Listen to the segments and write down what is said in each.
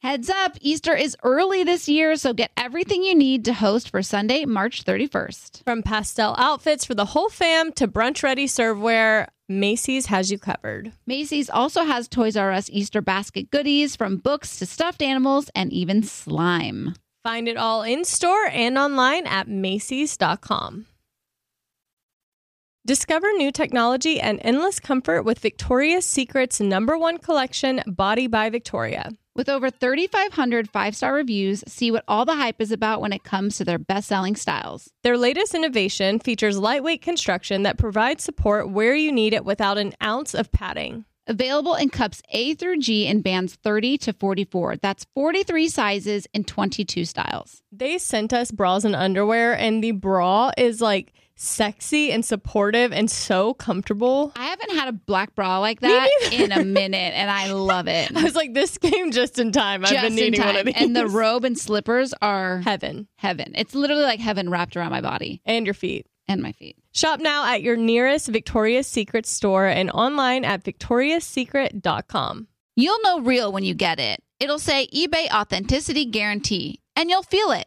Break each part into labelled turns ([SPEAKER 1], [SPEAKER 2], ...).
[SPEAKER 1] Heads up, Easter is early this year, so get everything you need to host for Sunday, March 31st.
[SPEAKER 2] From pastel outfits for the whole fam to brunch ready serveware, Macy's has you covered.
[SPEAKER 1] Macy's also has Toys R Us Easter basket goodies from books to stuffed animals and even slime.
[SPEAKER 2] Find it all in store and online at Macy's.com. Discover new technology and endless comfort with Victoria's Secret's number one collection, Body by Victoria.
[SPEAKER 1] With over 3,500 five star reviews, see what all the hype is about when it comes to their best selling styles.
[SPEAKER 2] Their latest innovation features lightweight construction that provides support where you need it without an ounce of padding.
[SPEAKER 1] Available in cups A through G in bands 30 to 44. That's 43 sizes and 22 styles.
[SPEAKER 2] They sent us bras and underwear, and the bra is like sexy and supportive and so comfortable.
[SPEAKER 1] I haven't had a black bra like that in a minute, and I love it.
[SPEAKER 2] I was like, this came just in time. I've been
[SPEAKER 1] Just in
[SPEAKER 2] needing
[SPEAKER 1] time.
[SPEAKER 2] one of these.
[SPEAKER 1] And the robe and slippers are
[SPEAKER 2] heaven
[SPEAKER 1] heaven. It's literally like heaven wrapped around my body
[SPEAKER 2] and your feet.
[SPEAKER 1] and my feet.
[SPEAKER 2] Shop now at your nearest Victoria's Secret store and online at victoriassecret.com.
[SPEAKER 1] You'll know real when you get it. It'll say eBay Authenticity Guarantee, and you'll feel it.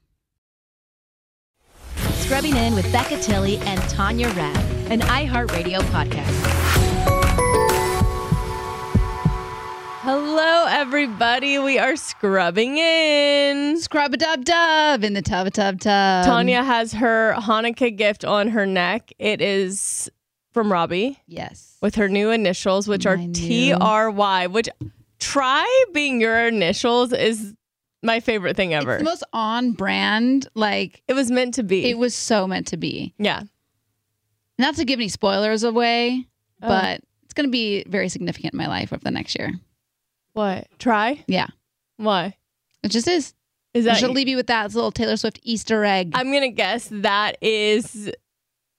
[SPEAKER 3] Scrubbing In with Becca Tilly and Tanya Rapp, an iHeartRadio podcast.
[SPEAKER 2] Hello, everybody. We are scrubbing in.
[SPEAKER 1] Scrub a dub dub in the tub a tub tub.
[SPEAKER 2] Tanya has her Hanukkah gift on her neck. It is from Robbie
[SPEAKER 1] Yes.
[SPEAKER 2] with her new initials, which are
[SPEAKER 1] My new-
[SPEAKER 2] T R Y, which try being your initials is my favorite thing ever.
[SPEAKER 1] It's the most on brand. Like,
[SPEAKER 2] it was meant to be.
[SPEAKER 1] it was so meant to be.
[SPEAKER 2] yeah.
[SPEAKER 1] Not to give any spoilers away,
[SPEAKER 2] Oh.
[SPEAKER 1] but it's going to be very significant in my life over the next year.
[SPEAKER 2] What? Try?
[SPEAKER 1] Yeah.
[SPEAKER 2] Why?
[SPEAKER 1] It just is.
[SPEAKER 2] Is
[SPEAKER 1] I
[SPEAKER 2] that
[SPEAKER 1] should leave you with that It's a little Taylor Swift Easter egg.
[SPEAKER 2] I'm gonna guess that is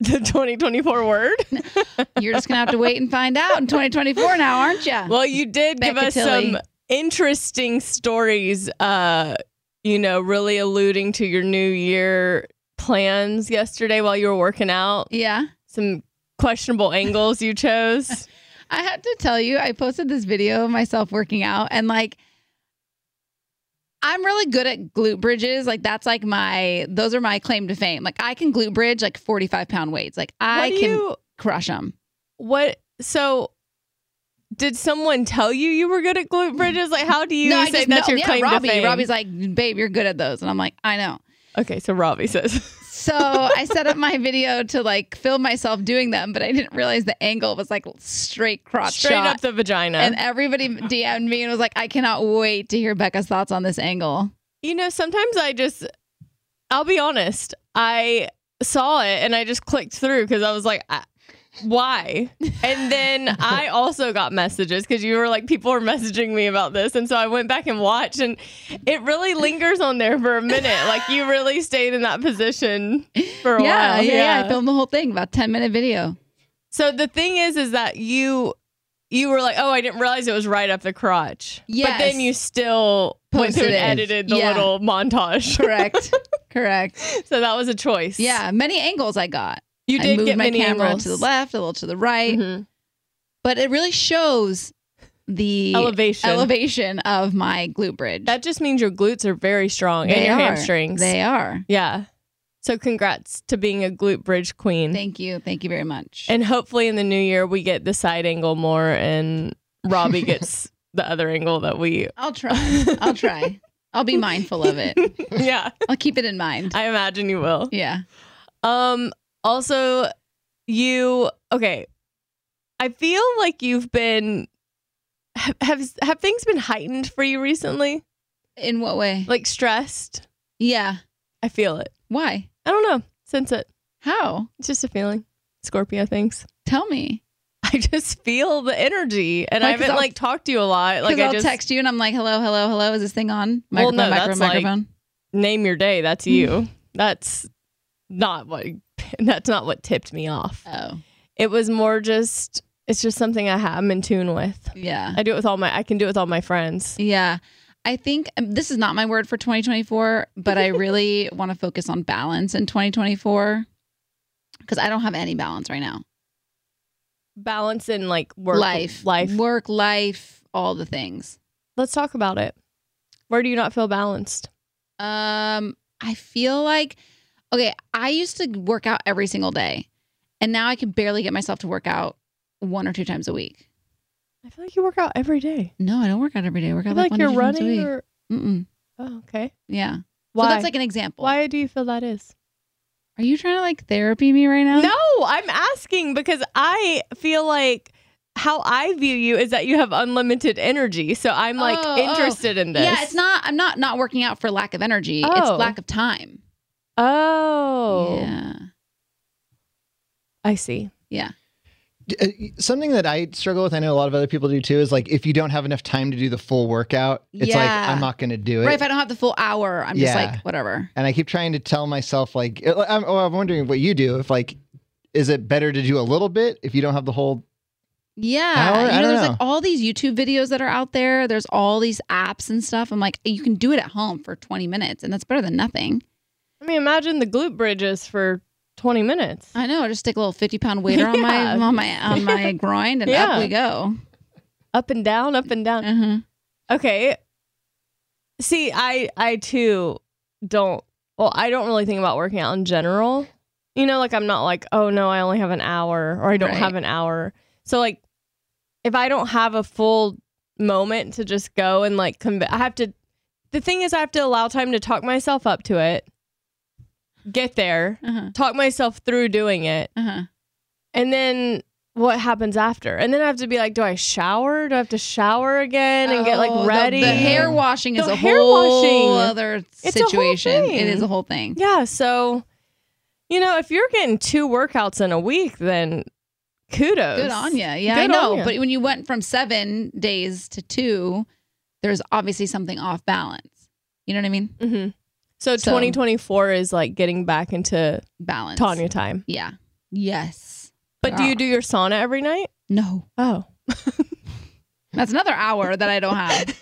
[SPEAKER 2] the 2024 word.
[SPEAKER 1] You're just gonna have to wait and find out in 2024 now, aren't you?
[SPEAKER 2] Well, you did give
[SPEAKER 1] Becca
[SPEAKER 2] us
[SPEAKER 1] Tilly.
[SPEAKER 2] some interesting stories. Uh, you know, really alluding to your new year plans yesterday while you were working out.
[SPEAKER 1] yeah.
[SPEAKER 2] Some questionable angles you chose.
[SPEAKER 1] I have to tell you, I posted this video of myself working out and like I'm really good at glute bridges. Like that's like my those are my claim to fame. Like I can glute bridge like 45 pound weights. Like I
[SPEAKER 2] what do
[SPEAKER 1] can
[SPEAKER 2] you?
[SPEAKER 1] crush them.
[SPEAKER 2] What? So. Did someone tell you you were good at glute bridges? Like, how do you
[SPEAKER 1] no, I
[SPEAKER 2] say
[SPEAKER 1] just
[SPEAKER 2] that's
[SPEAKER 1] know-
[SPEAKER 2] your
[SPEAKER 1] yeah,
[SPEAKER 2] claim
[SPEAKER 1] Robbie,
[SPEAKER 2] to fame?
[SPEAKER 1] Robbie's like, babe, you're good at those, and I'm like, I know.
[SPEAKER 2] okay, so Robbie says,
[SPEAKER 1] So I set up my video to like film myself doing them, but I didn't realize the angle was like straight crotch
[SPEAKER 2] straight
[SPEAKER 1] shot.
[SPEAKER 2] up the vagina.
[SPEAKER 1] and everybody DM'd me and was like, I cannot wait to hear Becca's thoughts on this angle.
[SPEAKER 2] You know, sometimes I just, I'll be honest, I saw it and I just clicked through because I was like, I, why? And then I also got messages because you were like, people were messaging me about this. And so I went back and watched, and it really lingers on there for a minute. Like, you really stayed in that position for a
[SPEAKER 1] yeah,
[SPEAKER 2] while.
[SPEAKER 1] yeah, yeah, I filmed the whole thing, about 10 minute video.
[SPEAKER 2] so the thing is, is that you. You were like, oh, I didn't realize it was right up the crotch. But
[SPEAKER 1] Yes.
[SPEAKER 2] then you still went through
[SPEAKER 1] Posted
[SPEAKER 2] and
[SPEAKER 1] it.
[SPEAKER 2] edited the
[SPEAKER 1] Yeah.
[SPEAKER 2] little montage.
[SPEAKER 1] Correct. Correct.
[SPEAKER 2] So that was a choice.
[SPEAKER 1] Yeah, many angles I got.
[SPEAKER 2] You
[SPEAKER 1] I
[SPEAKER 2] did
[SPEAKER 1] moved
[SPEAKER 2] get
[SPEAKER 1] my
[SPEAKER 2] many
[SPEAKER 1] camera
[SPEAKER 2] angles.
[SPEAKER 1] to the left, a little to the right,
[SPEAKER 2] Mhm.
[SPEAKER 1] but it really shows the
[SPEAKER 2] Elevation.
[SPEAKER 1] elevation of my glute bridge.
[SPEAKER 2] That just means your glutes are very strong and
[SPEAKER 1] They
[SPEAKER 2] your
[SPEAKER 1] are.
[SPEAKER 2] hamstrings.
[SPEAKER 1] They are.
[SPEAKER 2] yeah. So congrats to being a glute bridge queen.
[SPEAKER 1] Thank you. Thank you very much.
[SPEAKER 2] Mm-hmm. and hopefully in the new year we get the side angle more and Robbie gets the other angle that we
[SPEAKER 1] I'll try. I'll try. I'll be mindful of it.
[SPEAKER 2] Yeah,
[SPEAKER 1] I'll keep it in mind.
[SPEAKER 2] I imagine you will.
[SPEAKER 1] Yeah.
[SPEAKER 2] Um also you okay. I feel like you've been have have, have things been heightened for you recently?
[SPEAKER 1] In what way?
[SPEAKER 2] Like stressed?
[SPEAKER 1] Yeah.
[SPEAKER 2] I feel it.
[SPEAKER 1] Why?
[SPEAKER 2] I don't know. Sense it.
[SPEAKER 1] How?
[SPEAKER 2] It's just a feeling. Scorpio things.
[SPEAKER 1] Tell me.
[SPEAKER 2] I I just feel the energy, and
[SPEAKER 1] Right,
[SPEAKER 2] I
[SPEAKER 1] 'cause
[SPEAKER 2] haven't
[SPEAKER 1] I'll-
[SPEAKER 2] like talked to you a lot. Like
[SPEAKER 1] Because
[SPEAKER 2] I
[SPEAKER 1] I'll
[SPEAKER 2] just
[SPEAKER 1] text you and I'm like, hello, hello, hello. Is this thing on?
[SPEAKER 2] Well,
[SPEAKER 1] Microphone,
[SPEAKER 2] no,
[SPEAKER 1] microphone,
[SPEAKER 2] that's like-
[SPEAKER 1] microphone.
[SPEAKER 2] name your day. That's
[SPEAKER 1] Mm.
[SPEAKER 2] you. that's not what. That's not what tipped me off.
[SPEAKER 1] oh,
[SPEAKER 2] It was more just. It's just something I ha- I'm in tune with.
[SPEAKER 1] yeah.
[SPEAKER 2] I do it with all my. I can do it with all my friends.
[SPEAKER 1] Yeah. I think um, this is not my word for 2024, but I really want to focus on balance in 2024 because I don't have any balance right now.
[SPEAKER 2] Balance in like work
[SPEAKER 1] life,
[SPEAKER 2] Life.
[SPEAKER 1] work, life, all the things.
[SPEAKER 2] Let's talk about it. Where do you not feel balanced?
[SPEAKER 1] Um, I feel like okay, I used to work out every single day, and now I can barely get myself to work out one or two times a week.
[SPEAKER 2] I feel like you work out every day.
[SPEAKER 1] No, I don't work out every day. I work
[SPEAKER 2] I
[SPEAKER 1] out
[SPEAKER 2] feel
[SPEAKER 1] like,
[SPEAKER 2] like,
[SPEAKER 1] one or
[SPEAKER 2] you're
[SPEAKER 1] two times a
[SPEAKER 2] running.
[SPEAKER 1] week.
[SPEAKER 2] Or,
[SPEAKER 1] Mm-mm.
[SPEAKER 2] oh, okay.
[SPEAKER 1] Yeah.
[SPEAKER 2] Why?
[SPEAKER 1] So that's like an example.
[SPEAKER 2] Why do you feel that is?
[SPEAKER 1] Are you trying to like therapy me right now?
[SPEAKER 2] No, I'm asking because I feel like how I view you is that you have unlimited energy. So I'm like
[SPEAKER 1] Oh, oh.
[SPEAKER 2] interested in this.
[SPEAKER 1] Yeah, it's not. I'm not not working out for lack of energy.
[SPEAKER 2] Oh.
[SPEAKER 1] It's lack of time.
[SPEAKER 2] Oh,
[SPEAKER 1] Yeah.
[SPEAKER 2] I see.
[SPEAKER 4] Uh, something that I struggle with, I know a lot of other people do too, is like if you don't have enough time to do the full workout, it's like
[SPEAKER 1] Yeah.
[SPEAKER 4] I'm not going to do it.
[SPEAKER 1] Right. If I don't have the full hour, I'm just
[SPEAKER 4] Yeah.
[SPEAKER 1] like whatever.
[SPEAKER 4] and I keep trying to tell myself like I'm, oh, I'm wondering what you do if like is it better to do a little bit if you don't have the whole
[SPEAKER 1] Yeah.
[SPEAKER 4] Hour?
[SPEAKER 1] You know,
[SPEAKER 4] I don't
[SPEAKER 1] there's
[SPEAKER 4] know.
[SPEAKER 1] like all these YouTube videos that are out there. There's all these apps and stuff. I'm like, you can do it at home for 20 minutes, and that's better than nothing.
[SPEAKER 2] I mean, imagine the glute bridges for 20 minutes.
[SPEAKER 1] I know. I just stick a little 50 pound weighter on my
[SPEAKER 2] Yeah.
[SPEAKER 1] on my on my groin, and
[SPEAKER 2] Yeah.
[SPEAKER 1] up we go.
[SPEAKER 2] Up and down, up and down.
[SPEAKER 1] Uh-huh.
[SPEAKER 2] Okay. See, I I too don't well, I don't really think about working out in general. You know, like I'm not like, oh no, I only have an hour or I don't
[SPEAKER 1] Right.
[SPEAKER 2] have an hour. So like if I don't have a full moment to just go and like conv- I have to the thing is I have to allow time to talk myself up to it. Get there,
[SPEAKER 1] Uh-huh.
[SPEAKER 2] talk myself through doing it,
[SPEAKER 1] Uh-huh.
[SPEAKER 2] and then what happens after? And then I have to be like, do I shower? Do I have to shower again and get
[SPEAKER 1] Oh,
[SPEAKER 2] like
[SPEAKER 1] the-
[SPEAKER 2] ready?
[SPEAKER 1] The, hair washing is
[SPEAKER 2] The
[SPEAKER 1] a
[SPEAKER 2] hair
[SPEAKER 1] whole
[SPEAKER 2] washing.
[SPEAKER 1] other
[SPEAKER 2] It's a whole
[SPEAKER 1] situation. it
[SPEAKER 2] thing.
[SPEAKER 1] is a whole thing.
[SPEAKER 2] Yeah, so you know, if you're getting two workouts in a week, then kudos.
[SPEAKER 1] Good on you. Yeah, I
[SPEAKER 2] Good on
[SPEAKER 1] know.
[SPEAKER 2] ya.
[SPEAKER 1] But when you went from seven days to two, there's obviously something off balance. You know what I mean?
[SPEAKER 2] hmm So,
[SPEAKER 1] So-
[SPEAKER 2] 2024 is like getting back into
[SPEAKER 1] Balance.
[SPEAKER 2] Tanya time.
[SPEAKER 1] Yeah. Yes.
[SPEAKER 2] But do
[SPEAKER 1] Yeah.
[SPEAKER 2] you do your sauna every night?
[SPEAKER 1] No.
[SPEAKER 2] Oh,
[SPEAKER 1] That's another hour that I don't have.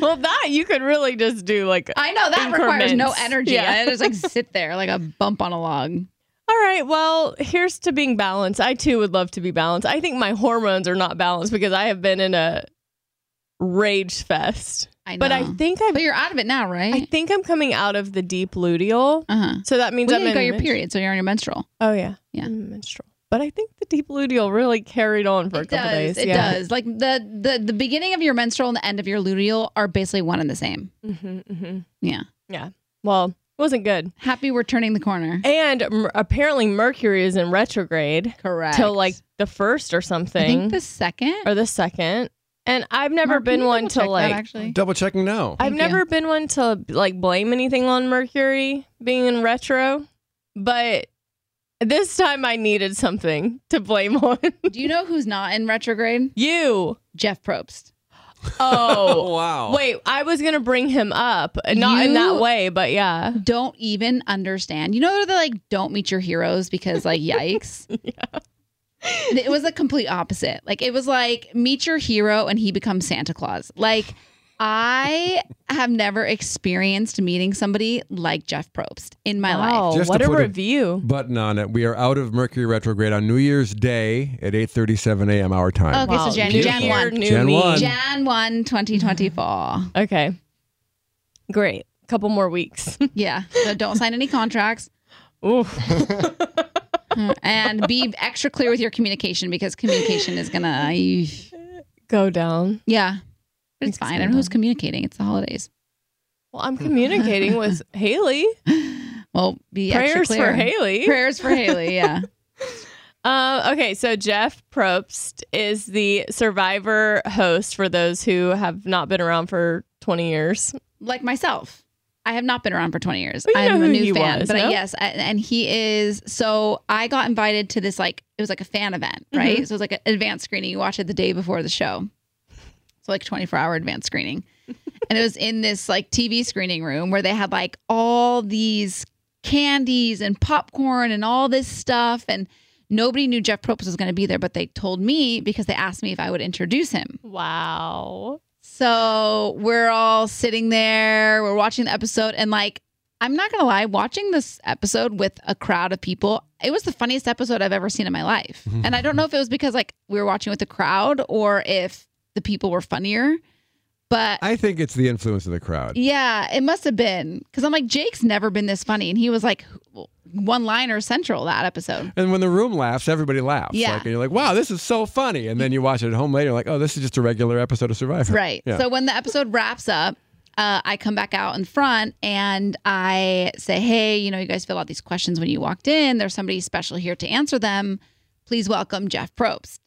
[SPEAKER 2] well, that you could really just do like.
[SPEAKER 1] I know that requires no
[SPEAKER 2] Increments.
[SPEAKER 1] energy.
[SPEAKER 2] Yeah.
[SPEAKER 1] I just like sit there like a bump on a log.
[SPEAKER 2] All right, well, here's to being balanced. I too would love to be balanced. I think my hormones are not balanced because I have been in a rage fest.
[SPEAKER 1] I know.
[SPEAKER 2] But I think I've
[SPEAKER 1] But you're out of it now,
[SPEAKER 2] I
[SPEAKER 1] right?
[SPEAKER 2] think I'm coming out of the deep luteal.
[SPEAKER 1] Uh huh.
[SPEAKER 2] So that means
[SPEAKER 1] Well,
[SPEAKER 2] I'm
[SPEAKER 1] you
[SPEAKER 2] in
[SPEAKER 1] got your
[SPEAKER 2] menstru-
[SPEAKER 1] period, so you're on your menstrual.
[SPEAKER 2] Oh yeah,
[SPEAKER 1] Yeah.
[SPEAKER 2] I'm menstrual. But I think the deep luteal really carried on for a
[SPEAKER 1] It
[SPEAKER 2] couple
[SPEAKER 1] does.
[SPEAKER 2] days.
[SPEAKER 1] It
[SPEAKER 2] yeah.
[SPEAKER 1] does. Like the the the beginning of your menstrual and the end of your luteal are basically one and the same.
[SPEAKER 2] hmm hmm
[SPEAKER 1] Yeah.
[SPEAKER 2] Well, it wasn't good.
[SPEAKER 1] Happy we're turning the corner.
[SPEAKER 2] And mer- apparently Mercury is in retrograde
[SPEAKER 1] Correct.
[SPEAKER 2] till like the first or something,
[SPEAKER 1] I think the second.
[SPEAKER 2] or the second. And I've never
[SPEAKER 1] Mark, can
[SPEAKER 2] been
[SPEAKER 1] you
[SPEAKER 2] one
[SPEAKER 1] double
[SPEAKER 2] to
[SPEAKER 1] check that,
[SPEAKER 2] like.
[SPEAKER 1] actually.
[SPEAKER 5] Double checking now.
[SPEAKER 2] I've
[SPEAKER 1] Thank you.
[SPEAKER 2] never been one to like blame anything on Mercury being in retro, but this time I needed something to blame on
[SPEAKER 1] Do you know who's not in retrograde?
[SPEAKER 2] you.
[SPEAKER 1] Jeff Probst.
[SPEAKER 2] Oh,
[SPEAKER 5] wow.
[SPEAKER 2] Wait, I was gonna bring him up, not in that
[SPEAKER 1] You-
[SPEAKER 2] way, but yeah.
[SPEAKER 1] Don't even understand. You know they're like don't meet your heroes because like yikes. It was the complete opposite. Like it was like meet your hero and he becomes Santa Claus. Like I have never experienced meeting somebody like Jeff Probst in my life.
[SPEAKER 2] wow,
[SPEAKER 5] Just
[SPEAKER 2] what
[SPEAKER 5] to
[SPEAKER 2] a
[SPEAKER 5] put a-
[SPEAKER 2] review!
[SPEAKER 5] Button on it. We are out of Mercury retrograde on New Year's Day at 8:37 a.m. our time.
[SPEAKER 1] Okay, so Jan-
[SPEAKER 2] new
[SPEAKER 1] Jan
[SPEAKER 2] year,
[SPEAKER 1] one.
[SPEAKER 2] new
[SPEAKER 5] Jan
[SPEAKER 2] me.
[SPEAKER 5] one.
[SPEAKER 1] Jan 1, 2024.
[SPEAKER 2] Okay, great. Couple more weeks.
[SPEAKER 1] yeah. So don't sign any contracts
[SPEAKER 2] Oof.
[SPEAKER 1] and be extra clear with your communication because communication is going to,
[SPEAKER 2] Go down.
[SPEAKER 1] yeah. But it's
[SPEAKER 2] Makes
[SPEAKER 1] fine.
[SPEAKER 2] me
[SPEAKER 1] And who's
[SPEAKER 2] laugh.
[SPEAKER 1] communicating? It's the holidays.
[SPEAKER 2] Well, I'm communicating with Haley.
[SPEAKER 1] Well, be extra
[SPEAKER 2] Prayers
[SPEAKER 1] clear.
[SPEAKER 2] for Haley.
[SPEAKER 1] Prayers for Haley. Yeah.
[SPEAKER 2] Uh, okay, so Jeff Probst is the survivor host for those who have not been around for 20 years.
[SPEAKER 1] like myself. I have not been around for 20 years.
[SPEAKER 2] Well, you
[SPEAKER 1] I'm
[SPEAKER 2] know
[SPEAKER 1] a
[SPEAKER 2] who
[SPEAKER 1] new
[SPEAKER 2] he
[SPEAKER 1] fan,
[SPEAKER 2] was,
[SPEAKER 1] but
[SPEAKER 2] no?
[SPEAKER 1] yes, I, and he is. So I got invited to this like it was like a fan event, right?
[SPEAKER 2] Mm-hmm.
[SPEAKER 1] So it was like an advanced screening. You watch it the day before the show, so like 24 hour advanced screening, and it was in this like TV screening room where they had like all these candies and popcorn and all this stuff, and nobody knew Jeff Probst was going to be there, but they told me because they asked me if I would introduce him.
[SPEAKER 2] Wow.
[SPEAKER 1] So we're all sitting there, we're watching the episode, and like, I'm not gonna lie, watching this episode with a crowd of people, it was the funniest episode I've ever seen in my life. and I don't know if it was because like we were watching with the crowd or if the people were funnier, but
[SPEAKER 5] I think it's the influence of the crowd.
[SPEAKER 1] yeah, it must have been because I'm like, Jake's never been this funny, and he was like one liner central that episode.
[SPEAKER 5] And when the room laughs, everybody laughs.
[SPEAKER 1] Yeah.
[SPEAKER 5] Like, and you're like, wow, this is so funny. And then you watch it at home later, like, oh, this is just a regular episode of Survivor.
[SPEAKER 1] Right.
[SPEAKER 5] Yeah.
[SPEAKER 1] So when the episode wraps up, uh, I come back out in front and I say, "Hey, you know, you guys fill out these questions when you walked in. There's somebody special here to answer them. Please welcome Jeff Probst."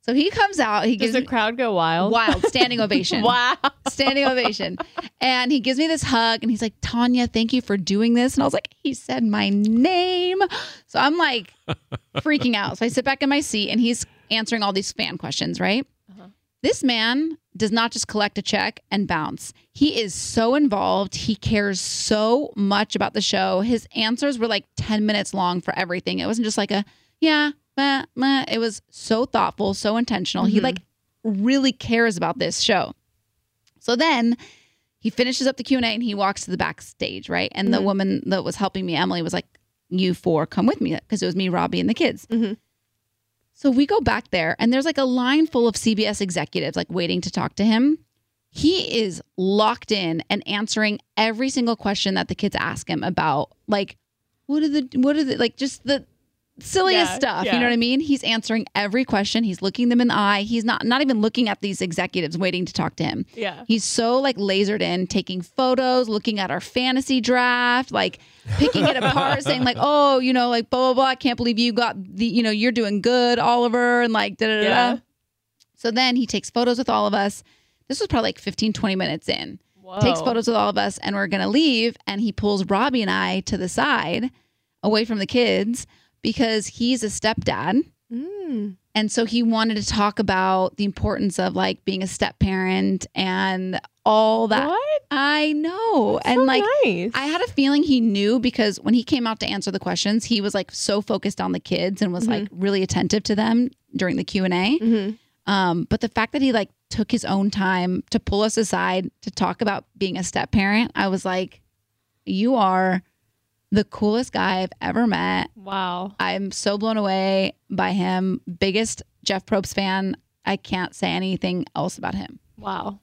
[SPEAKER 1] So he comes out. He
[SPEAKER 2] Does
[SPEAKER 1] gives
[SPEAKER 2] the
[SPEAKER 1] me
[SPEAKER 2] crowd go wild?
[SPEAKER 1] wild standing ovation.
[SPEAKER 2] Wow.
[SPEAKER 1] Standing ovation. And he gives me this hug and he's like, Tanya, thank you for doing this. And I was like, he said my name. So I'm like freaking out. So I sit back in my seat and he's answering all these fan questions, right? This man does not just collect a check and bounce. He is so involved. He cares so much about the show. His answers were like 10 minutes long for everything. It wasn't just like a, yeah, meh, meh. It was so thoughtful, so intentional. He like really cares about this show. So then he finishes up the Q&A and he walks to the backstage, right? And
[SPEAKER 2] Mm-hmm.
[SPEAKER 1] the woman that was helping me, Emily, was like, you four, come with me. Because it was me, Robbie, and the kids.
[SPEAKER 2] Mm-hmm.
[SPEAKER 1] So we go back there, and there's like a line full of CBS executives like waiting to talk to him. He is locked in and answering every single question that the kids ask him about, like what are the what are the like just the silliest
[SPEAKER 2] Yeah,
[SPEAKER 1] stuff. You
[SPEAKER 2] yeah.
[SPEAKER 1] know what I mean? He's answering every question. He's looking them in the eye. He's not not even looking at these executives waiting to talk to him.
[SPEAKER 2] Yeah.
[SPEAKER 1] He's so like lasered in, taking photos, looking at our fantasy draft, like picking it apart, saying like, "Oh, you know, like blah blah blah. I can't believe you got the, you know, you're doing good, Oliver," and like da da da,
[SPEAKER 2] Yeah.
[SPEAKER 1] da. So then he takes photos with all of us. This was probably like 15, 20 minutes in.
[SPEAKER 2] Whoa.
[SPEAKER 1] Takes photos with all of us, and we're gonna leave. And he pulls Robbie and I to the side, away from the kids, because he's a stepdad.
[SPEAKER 2] Mm.
[SPEAKER 1] And so he wanted to talk about the importance of like being a step parent and all that.
[SPEAKER 2] What?
[SPEAKER 1] I know. and
[SPEAKER 2] So
[SPEAKER 1] like,
[SPEAKER 2] Oh, nice.
[SPEAKER 1] I had a feeling he knew because when he came out to answer the questions, he was like so focused on the kids and was like
[SPEAKER 2] Mm-hmm.
[SPEAKER 1] really attentive to them during the Q and A.
[SPEAKER 2] Mhm.
[SPEAKER 1] Um, but the fact that he like took his own time to pull us aside to talk about being a step parent, I was like, you are the coolest guy I've ever met.
[SPEAKER 2] Wow.
[SPEAKER 1] I'm so blown away by him. Biggest Jeff Probst fan. I can't say anything else about him.
[SPEAKER 2] Wow.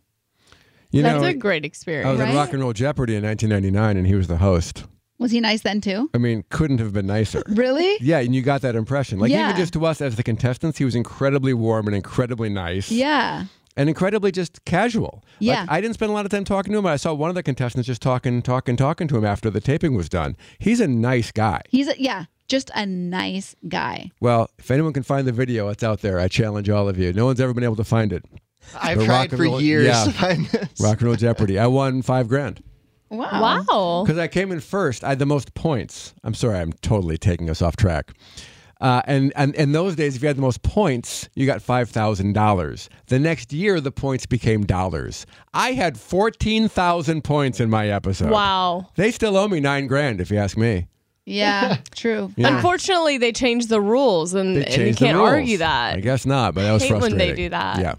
[SPEAKER 5] You
[SPEAKER 2] That's
[SPEAKER 5] know,
[SPEAKER 2] a great
[SPEAKER 5] I was
[SPEAKER 2] experience.
[SPEAKER 5] in
[SPEAKER 1] Right?
[SPEAKER 5] Rock and Roll Jeopardy in 1999, and he was the host.
[SPEAKER 1] Was he nice then too?
[SPEAKER 5] I mean, couldn't have been nicer.
[SPEAKER 1] Really?
[SPEAKER 5] Yeah, and you got that impression. Like
[SPEAKER 1] Yeah.
[SPEAKER 5] even just to us as the contestants, he was incredibly warm and incredibly nice.
[SPEAKER 1] Yeah.
[SPEAKER 5] And incredibly just casual.
[SPEAKER 1] Yeah.
[SPEAKER 5] Like, I didn't spend a lot of time talking to him, but I saw one of the contestants just talking, talking, talking to him after the taping was done. He's a nice guy.
[SPEAKER 1] He's a, yeah, just a nice guy.
[SPEAKER 5] Well, if anyone can find the video, it's out there. I challenge all of you. No one's ever been able to find it.
[SPEAKER 4] I've
[SPEAKER 5] The rock
[SPEAKER 4] tried
[SPEAKER 5] and
[SPEAKER 4] for
[SPEAKER 5] roll-
[SPEAKER 4] years
[SPEAKER 5] yeah.
[SPEAKER 4] to find this.
[SPEAKER 5] Rock and Roll Jeopardy. I won five grand.
[SPEAKER 1] Wow.
[SPEAKER 2] wow.
[SPEAKER 5] Because I came in first, I had the most points. I'm sorry, I'm totally taking us off track. Uh, and and in those days, if you had the most points, you got five thousand dollars. The next year, the points became dollars. I had fourteen thousand points in my episode.
[SPEAKER 2] Wow.
[SPEAKER 5] They still owe me nine grand, if you ask me.
[SPEAKER 1] Yeah, true.
[SPEAKER 2] Unfortunately, they changed the rules, and,
[SPEAKER 5] They
[SPEAKER 2] and you
[SPEAKER 5] changed the
[SPEAKER 2] can't
[SPEAKER 5] rules.
[SPEAKER 2] argue
[SPEAKER 5] I
[SPEAKER 2] that.
[SPEAKER 5] guess not, but that was
[SPEAKER 2] Hate when they
[SPEAKER 5] frustrating.
[SPEAKER 2] do that.
[SPEAKER 5] Yeah.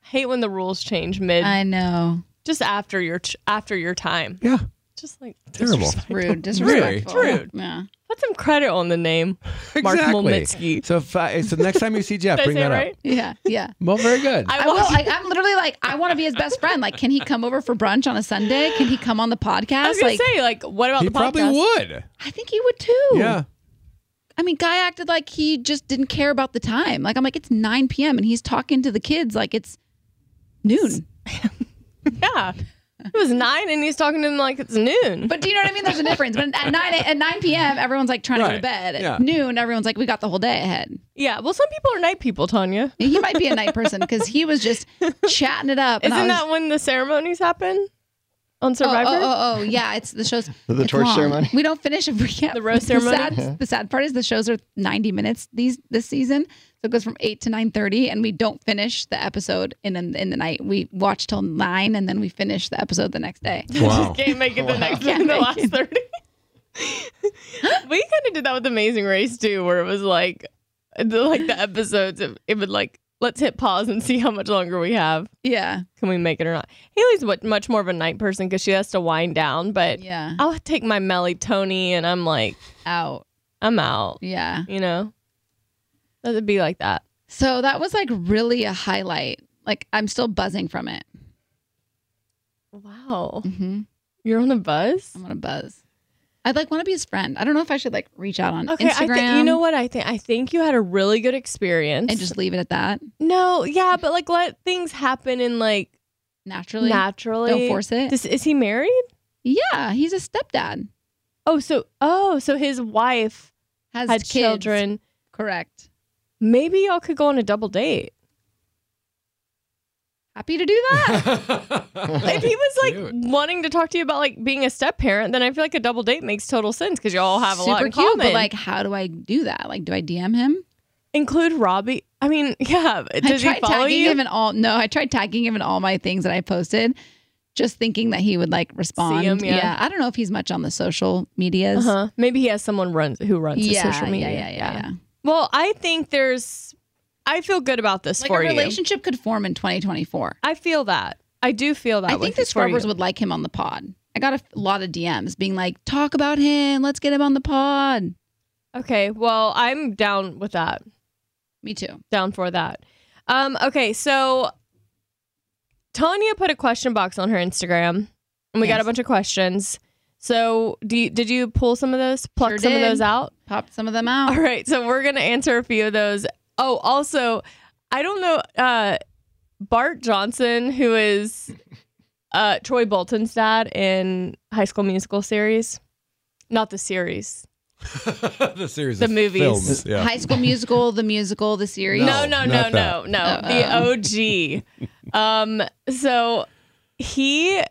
[SPEAKER 2] hate when the rules change mid,
[SPEAKER 1] I know.
[SPEAKER 2] just after your ch- after your time.
[SPEAKER 5] Yeah.
[SPEAKER 2] Just like
[SPEAKER 5] Terrible.
[SPEAKER 1] Rude,
[SPEAKER 5] Really?
[SPEAKER 1] disrespectful.
[SPEAKER 2] Rude.
[SPEAKER 1] Yeah.
[SPEAKER 2] Put some credit on the name, Mark
[SPEAKER 5] Exactly.
[SPEAKER 2] Molnitsky.
[SPEAKER 5] So, if, uh, so next time you see Jeff,
[SPEAKER 2] Did I
[SPEAKER 5] bring
[SPEAKER 2] say it
[SPEAKER 5] that
[SPEAKER 2] right?
[SPEAKER 5] up.
[SPEAKER 1] Yeah. Yeah.
[SPEAKER 5] Well, very good.
[SPEAKER 2] I
[SPEAKER 1] I will,
[SPEAKER 2] watched-
[SPEAKER 1] like, I'm literally like, I want to be his best friend. Like, can he come over for brunch on a Sunday? Can he come on the podcast?
[SPEAKER 2] I was gonna
[SPEAKER 1] like,
[SPEAKER 2] say, like, what about
[SPEAKER 5] he
[SPEAKER 2] the podcast?
[SPEAKER 5] probably would.
[SPEAKER 1] I think he would too.
[SPEAKER 5] Yeah.
[SPEAKER 1] I mean, guy acted like he just didn't care about the time. Like, I'm like, it's 9 p.m. and he's talking to the kids like it's noon.
[SPEAKER 2] Yeah, it was nine, and he's talking to them like it's noon.
[SPEAKER 1] But do you know what I mean? There's a difference. But at 9 a- at 9 p.m., everyone's like trying to go to
[SPEAKER 5] Right.
[SPEAKER 1] bed. At
[SPEAKER 5] Yeah.
[SPEAKER 1] noon, everyone's like, we got the whole day ahead.
[SPEAKER 2] yeah, well, some people are night people, Tanya.
[SPEAKER 1] He might be a night person because he was just chatting it up. and
[SPEAKER 2] Isn't
[SPEAKER 1] I was,
[SPEAKER 2] that when the ceremonies happen? on
[SPEAKER 1] Oh,
[SPEAKER 2] Survivor?
[SPEAKER 1] Oh, oh, oh, yeah. It's the shows.
[SPEAKER 4] The
[SPEAKER 1] it's
[SPEAKER 4] torch
[SPEAKER 1] long.
[SPEAKER 4] ceremony?
[SPEAKER 1] We don't finish if we can't.
[SPEAKER 2] The roast ceremony?
[SPEAKER 1] sad, the sad part is the shows are 90 minutes these this season. So it goes from 8 to 9.30 and we don't finish the episode in, in, in the night. We watch till 9 and then we finish the episode the next day.
[SPEAKER 5] Wow.
[SPEAKER 2] Can't make it the next
[SPEAKER 1] Can't
[SPEAKER 2] in the
[SPEAKER 1] make
[SPEAKER 2] last thirty. we kind of did that with Amazing Race too, where it was like, the, like the episodes. It, it would like let's hit pause and see how much longer we have.
[SPEAKER 1] Yeah.
[SPEAKER 2] Can we make it or not? Haley's what much more of a night person because she has to wind down. But
[SPEAKER 1] Yeah.
[SPEAKER 2] I'll take my melatonin and I'm like,
[SPEAKER 1] Out.
[SPEAKER 2] I'm out.
[SPEAKER 1] Yeah.
[SPEAKER 2] You know, that'd be like that.
[SPEAKER 1] So that was like really a highlight. Like I'm still buzzing from it.
[SPEAKER 2] Wow,
[SPEAKER 1] hmm
[SPEAKER 2] you're on a buzz.
[SPEAKER 1] I'm gonna buzz. I'd like want to be his friend. I don't know if I should like reach out on
[SPEAKER 2] Okay,
[SPEAKER 1] Instagram.
[SPEAKER 2] I think you know what I think. I think you had a really good experience.
[SPEAKER 1] And just leave it at that
[SPEAKER 2] No, yeah, but like let things happen and like
[SPEAKER 1] naturally.
[SPEAKER 2] naturally.
[SPEAKER 1] Don't force it.
[SPEAKER 2] Does- is he married?
[SPEAKER 1] yeah, he's a stepdad.
[SPEAKER 2] Oh, so oh, so his wife
[SPEAKER 1] Has
[SPEAKER 2] had
[SPEAKER 1] kids.
[SPEAKER 2] children.
[SPEAKER 1] Correct.
[SPEAKER 2] Maybe y'all could go on a double date.
[SPEAKER 1] Happy to do that.
[SPEAKER 2] If he was like
[SPEAKER 5] Cute.
[SPEAKER 2] wanting to talk to you about like being a step parent, then I feel like a double date makes total sense because y'all have a
[SPEAKER 1] Super
[SPEAKER 2] lot in
[SPEAKER 1] cute.
[SPEAKER 2] common.
[SPEAKER 1] But like, how do I do that? Like, do I DM him?
[SPEAKER 2] include Robbie. I mean, yeah. Does
[SPEAKER 1] I
[SPEAKER 2] he
[SPEAKER 1] tried
[SPEAKER 2] follow
[SPEAKER 1] tagging
[SPEAKER 2] you?
[SPEAKER 1] him in all. No, I tried tagging him in all my things that I posted, just thinking that he would like respond.
[SPEAKER 2] him, yeah.
[SPEAKER 1] I don't know if he's much on the social medias.
[SPEAKER 2] uh-huh. Maybe he has someone runs who runs
[SPEAKER 1] Yeah,
[SPEAKER 2] his social media.
[SPEAKER 1] yeah, yeah, yeah, yeah.
[SPEAKER 2] Well, I think there's. I feel good about this
[SPEAKER 1] Like
[SPEAKER 2] for
[SPEAKER 1] a
[SPEAKER 2] you.
[SPEAKER 1] relationship could form in 2024.
[SPEAKER 2] I feel that. I do feel that.
[SPEAKER 1] I
[SPEAKER 2] with-
[SPEAKER 1] think the
[SPEAKER 2] for you.
[SPEAKER 1] scrubbers would like him on the pod. I got a f- lot of DMs being like, "Talk about him. Let's get him on the pod."
[SPEAKER 2] Okay, well, I'm down with that.
[SPEAKER 1] Me too.
[SPEAKER 2] Down for that. Um, okay, so Tanya put a question box on her Instagram, and we got a
[SPEAKER 1] Yes.
[SPEAKER 2] bunch of questions. So, do you, did you pull some of those, pluck
[SPEAKER 1] Sure
[SPEAKER 2] some of
[SPEAKER 1] did.
[SPEAKER 2] those out?
[SPEAKER 1] Popped some of them out.
[SPEAKER 2] All right, so we're gonna answer a few of those. Oh, also, I don't know uh, Bart Johnson, who is uh, Troy Bolton's dad in High School Musical series, not the series.
[SPEAKER 5] the series,
[SPEAKER 2] The
[SPEAKER 5] of
[SPEAKER 2] movies.
[SPEAKER 5] films. Yeah.
[SPEAKER 1] High School Musical, the musical, the series.
[SPEAKER 2] No, no, no,
[SPEAKER 5] not
[SPEAKER 2] no,
[SPEAKER 5] that.
[SPEAKER 2] no.
[SPEAKER 1] Uh-oh.
[SPEAKER 2] The OG. um, so he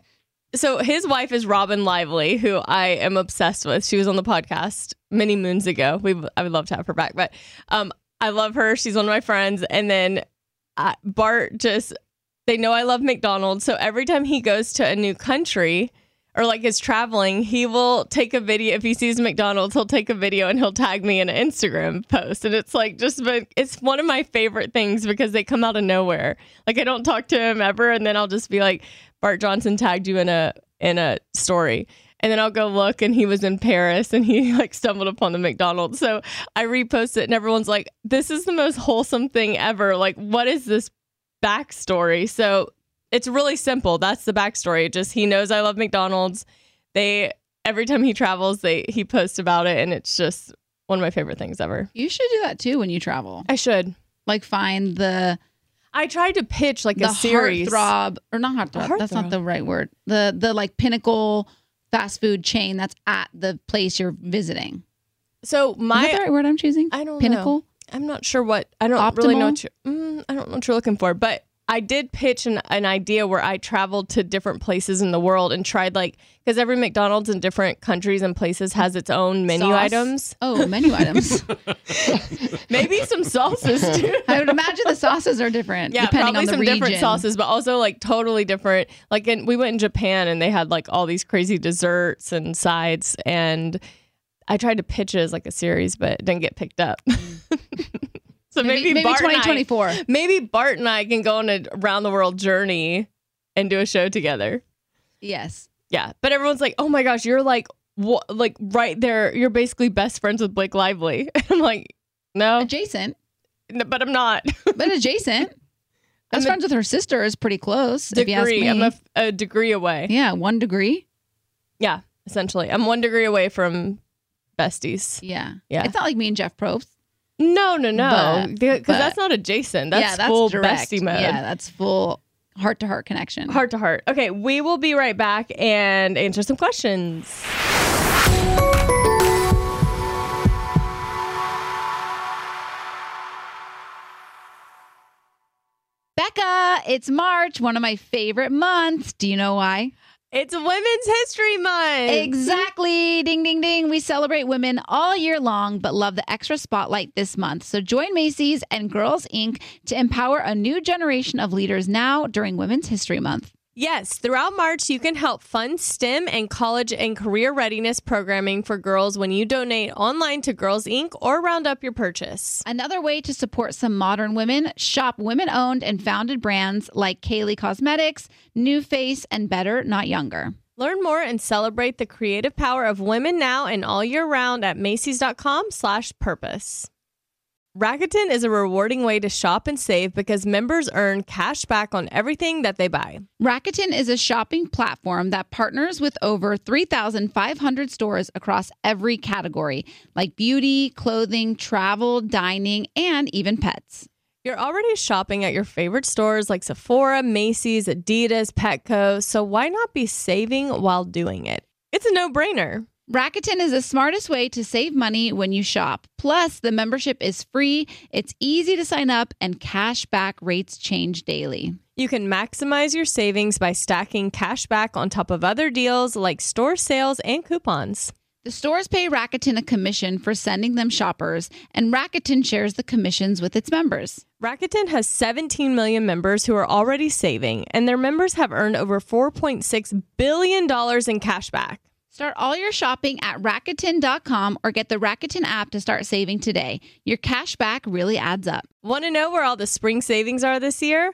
[SPEAKER 2] so his wife is Robin Lively, who I am obsessed with. She was on the podcast many moons ago. We I would love to have her back, but um I love her. She's one of my friends. And then I, Bart just they know I love McDonald's, so every time he goes to a new country or like is traveling, he will take a video. If he sees McDonald's, he'll take a video and he'll tag me in an Instagram post. And it's like just, but it's one of my favorite things because they come out of nowhere. Like I don't talk to him ever, and then I'll just be like, Bart Johnson tagged you in a in a story. And then I'll go look, and he was in Paris, and he like stumbled upon the McDonald's. So I repost it, and everyone's like, "This is the most wholesome thing ever! Like, what is this backstory?" So it's really simple. That's the backstory. Just he knows I love McDonald's. They every time he travels, they he posts about it, and it's just one of my favorite things ever.
[SPEAKER 1] You should do that too when you travel.
[SPEAKER 2] I should.
[SPEAKER 1] Like find the
[SPEAKER 2] I tried to pitch like
[SPEAKER 1] the
[SPEAKER 2] a series.
[SPEAKER 1] heartthrob or not heartthrob.
[SPEAKER 2] A
[SPEAKER 1] That's
[SPEAKER 2] heartthrob.
[SPEAKER 1] not the right word. The the like pinnacle fast food chain that's at the place you're visiting.
[SPEAKER 2] So
[SPEAKER 1] Is that the
[SPEAKER 2] my
[SPEAKER 1] right word I'm choosing?
[SPEAKER 2] I don't know.
[SPEAKER 1] pinnacle.
[SPEAKER 2] I'm not sure what I don't really know
[SPEAKER 1] Optimal?
[SPEAKER 2] what you. Mm, I don't know what you're looking for, but I did pitch an, an idea where I traveled to different places in the world and tried like because every McDonald's in different countries and places has its own menu
[SPEAKER 1] Sauce?
[SPEAKER 2] items.
[SPEAKER 1] Oh, menu items.
[SPEAKER 2] Maybe some sauces too.
[SPEAKER 1] I would imagine the sauces are different.
[SPEAKER 2] Yeah,
[SPEAKER 1] depending
[SPEAKER 2] probably
[SPEAKER 1] on the
[SPEAKER 2] some
[SPEAKER 1] region.
[SPEAKER 2] different sauces, but also like totally different. Like, in, we went in Japan and they had like all these crazy desserts and sides, and I tried to pitch it as like a series, but it didn't get picked up. so maybe,
[SPEAKER 1] maybe,
[SPEAKER 2] Bart and
[SPEAKER 1] 2024.
[SPEAKER 2] I, maybe Bart and I can go on a round the world journey and do a show together.
[SPEAKER 1] Yes.
[SPEAKER 2] Yeah, but everyone's like, "Oh my gosh, you're like, wha- like right there. You're basically best friends with Blake Lively." I'm like, "No,
[SPEAKER 1] Adjacent,
[SPEAKER 2] n- but I'm not."
[SPEAKER 1] but adjacent.
[SPEAKER 2] I'm
[SPEAKER 1] Best
[SPEAKER 2] a-
[SPEAKER 1] friends with her sister is pretty close. if you ask
[SPEAKER 2] degree.
[SPEAKER 1] me.
[SPEAKER 2] I'm a, f- a degree away.
[SPEAKER 1] yeah, one degree.
[SPEAKER 2] Yeah, essentially. I'm one degree away from besties.
[SPEAKER 1] Yeah.
[SPEAKER 2] Yeah.
[SPEAKER 1] It's not like me and Jeff Probst.
[SPEAKER 2] No, no, no.
[SPEAKER 1] But-
[SPEAKER 2] Because
[SPEAKER 1] but-
[SPEAKER 2] that's not adjacent. That's,
[SPEAKER 1] yeah, that's
[SPEAKER 2] full
[SPEAKER 1] direct.
[SPEAKER 2] bestie mode.
[SPEAKER 1] Yeah, that's full heart to heart connection.
[SPEAKER 2] Heart to heart. Okay, we will be right back and answer some questions.
[SPEAKER 1] Becca, it's March, one of my favorite months. Do you know why?
[SPEAKER 2] It's Women's History Month.
[SPEAKER 1] Exactly. Ding, ding, ding. We celebrate women all year long, but love the extra spotlight this month. So join Macy's and Girls Inc. to empower a new generation of leaders now during Women's History Month.
[SPEAKER 2] Yes, throughout March, you can help fund STEM and college and career readiness programming for girls when you donate online to Girls Inc. or round up your purchase.
[SPEAKER 1] Another way to support some modern women, shop women owned and founded brands like Kaylee Cosmetics, New Face, and Better Not Younger.
[SPEAKER 2] Learn more and celebrate the creative power of women now and all year round at Macy's.com slash purpose. Rakuten is a rewarding way to shop and save because members earn cash back on everything that they buy.
[SPEAKER 1] Rakuten is a shopping platform that partners with over 3,500 stores across every category, like beauty, clothing, travel, dining, and even pets.
[SPEAKER 2] You're already shopping at your favorite stores like Sephora, Macy's, Adidas, Petco, so why not be saving while doing it? It's a no brainer.
[SPEAKER 1] Rakuten is the smartest way to save money when you shop. Plus, the membership is free, it's easy to sign up, and cash back rates change daily.
[SPEAKER 2] You can maximize your savings by stacking cash back on top of other deals like store sales and coupons.
[SPEAKER 1] The stores pay Rakuten a commission for sending them shoppers, and Rakuten shares the commissions with its members.
[SPEAKER 2] Rakuten has 17 million members who are already saving, and their members have earned over $4.6 billion in cash back.
[SPEAKER 1] Start all your shopping at Rakuten.com or get the Rakuten app to start saving today. Your cash back really adds up.
[SPEAKER 2] Want to know where all the spring savings are this year?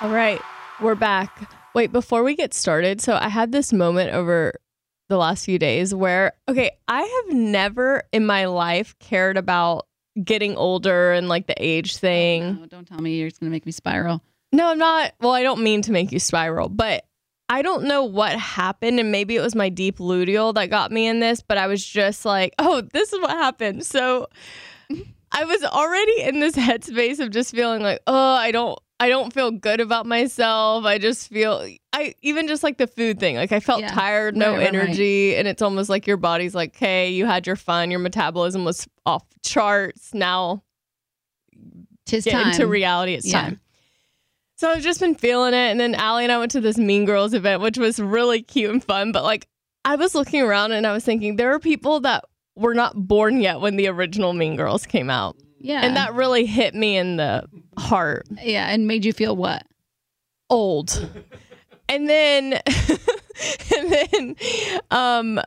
[SPEAKER 2] All right, we're back. Wait, before we get started, so I had this moment over the last few days where, okay, I have never in my life cared about getting older and like the age thing.
[SPEAKER 1] No, Oh, don't tell me you're just going to make me spiral.
[SPEAKER 2] No, I'm not. Well, I don't mean to make you spiral, but I don't know what happened. And maybe it was my deep luteal that got me in this, but I was just like, oh, this is what happened. So I was already in this headspace of just feeling like, oh, I don't. I don't feel good about myself. I just feel I even just like the food thing. Like I felt
[SPEAKER 1] Yeah.
[SPEAKER 2] tired, no
[SPEAKER 1] Right, right, right.
[SPEAKER 2] energy, and it's almost like your body's like, "Hey, you had your fun. Your metabolism was off charts. Now
[SPEAKER 1] Tis
[SPEAKER 2] get
[SPEAKER 1] time.
[SPEAKER 2] into reality. It's
[SPEAKER 1] Yeah.
[SPEAKER 2] time. So I've just been feeling it. And then Allie and I went to this Mean Girls event, which was really cute and fun. But like, I was looking around and I was thinking, there are people that were not born yet when the original Mean Girls came out.
[SPEAKER 1] yeah.
[SPEAKER 2] And that really hit me in the heart
[SPEAKER 1] yeah, and made you feel what?
[SPEAKER 2] old. And then and then um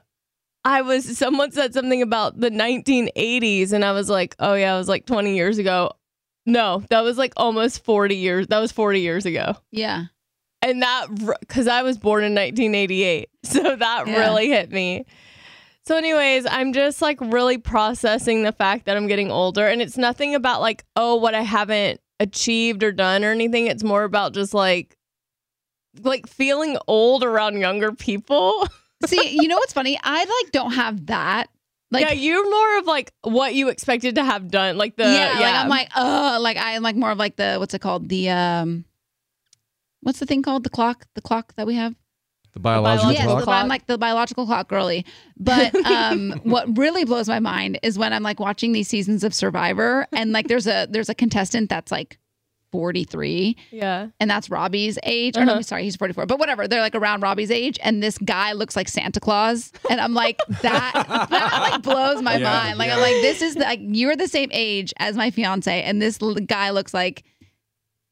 [SPEAKER 2] I was someone said something about the 1980s and I was like, "Oh yeah, it was like 20 years ago." No, that was like almost 40 years. That was 40 years ago.
[SPEAKER 1] Yeah.
[SPEAKER 2] And that cuz I was born in 1988. So that
[SPEAKER 1] Yeah.
[SPEAKER 2] really hit me. So anyways, I'm just like really processing the fact that I'm getting older and it's nothing about like, "Oh, what I haven't achieved or done or anything. It's more about just like like feeling old around younger people.
[SPEAKER 1] See, you know what's funny? I like don't have that. Like
[SPEAKER 2] yeah, you're more of like what you expected to have done. Like the
[SPEAKER 1] yeah, like I'm like, uh, like I'm like more of like the what's it called? The um what's the thing called? The clock, the clock that we have?
[SPEAKER 5] The biological
[SPEAKER 1] yes,
[SPEAKER 2] biological
[SPEAKER 5] clock.
[SPEAKER 1] the- I'm like the biological clock girly. But um, what really blows my mind is when I'm like watching these seasons of Survivor, and like there's a there's a contestant that's like 43,
[SPEAKER 2] yeah.
[SPEAKER 1] and that's Robbie's age. Or no,
[SPEAKER 5] Uh-huh.
[SPEAKER 1] I'm sorry, he's 44, but whatever. They're like around Robbie's age, and this guy looks like Santa Claus, and I'm like that that like blows my
[SPEAKER 5] Yeah,
[SPEAKER 1] mind. Like I'm
[SPEAKER 5] yeah.
[SPEAKER 1] like this is the, like you're the same age as my fiance, and this l- guy looks like.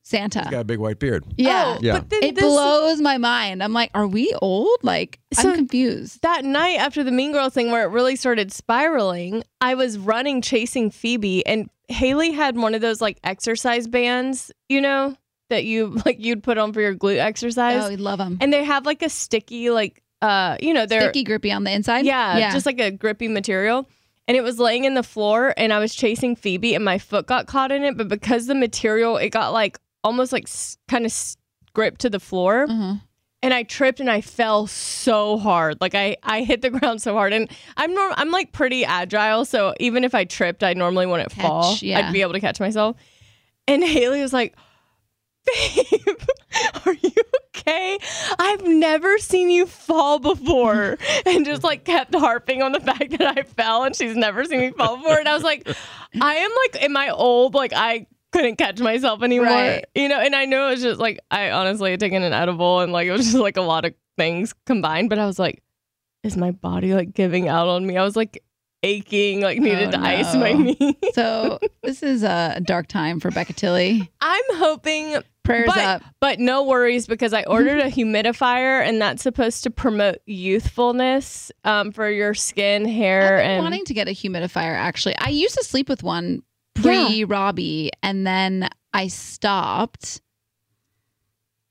[SPEAKER 5] He's
[SPEAKER 1] Santa.
[SPEAKER 5] got a big white beard.
[SPEAKER 1] Yeah.
[SPEAKER 2] Oh,
[SPEAKER 5] Yeah.
[SPEAKER 2] But then
[SPEAKER 1] It
[SPEAKER 2] this,
[SPEAKER 1] blows my mind. I'm like, are we old? Like,
[SPEAKER 2] So-
[SPEAKER 1] I'm confused.
[SPEAKER 2] that night after the Mean Girls thing, where it really started spiraling, I was running chasing Phoebe, and Haley had one of those like exercise bands, you know, that you like you'd put on for your glute exercise,
[SPEAKER 1] oh, we love them.
[SPEAKER 2] and they have like a sticky like uh you know they're
[SPEAKER 1] Sticky grippy on the inside.
[SPEAKER 2] yeah,
[SPEAKER 1] Yeah.
[SPEAKER 2] just like a grippy material. And it was laying in the floor, and I was chasing Phoebe, and my foot got caught in it. But because the material, it got like almost like s- kind of s- gripped to the floor,
[SPEAKER 1] Uh-huh.
[SPEAKER 2] and I tripped and I fell so hard. Like I, I hit the ground so hard, and I'm norm- I'm like pretty agile, so even if I tripped, I normally wouldn't
[SPEAKER 1] Catch,
[SPEAKER 2] fall.
[SPEAKER 1] yeah.
[SPEAKER 2] I'd be able to catch myself. And Haley was like, "Babe, are you okay? I've never seen you fall before," and just like kept harping on the fact that I fell, and she's never seen me fall before. And I was like, "I am like, am I old? Like I." couldn't catch myself anymore.
[SPEAKER 1] Right.
[SPEAKER 2] You know, and I know it was just like I honestly had taken an edible and like it was just like a lot of things combined, but I was like, is my body like giving out on me? I was like aching, like needed
[SPEAKER 1] Oh,
[SPEAKER 2] to ice my
[SPEAKER 1] no.
[SPEAKER 2] knee.
[SPEAKER 1] So this is a dark time for Becca Tilly.
[SPEAKER 2] I'm hoping
[SPEAKER 1] Prayers
[SPEAKER 2] but,
[SPEAKER 1] up.
[SPEAKER 2] but no worries because I ordered a humidifier and that's supposed to promote youthfulness um, for your skin, hair,
[SPEAKER 1] I've been
[SPEAKER 2] and
[SPEAKER 1] wanting to get a humidifier. Actually, I used to sleep with one pre Robbie, and then I stopped.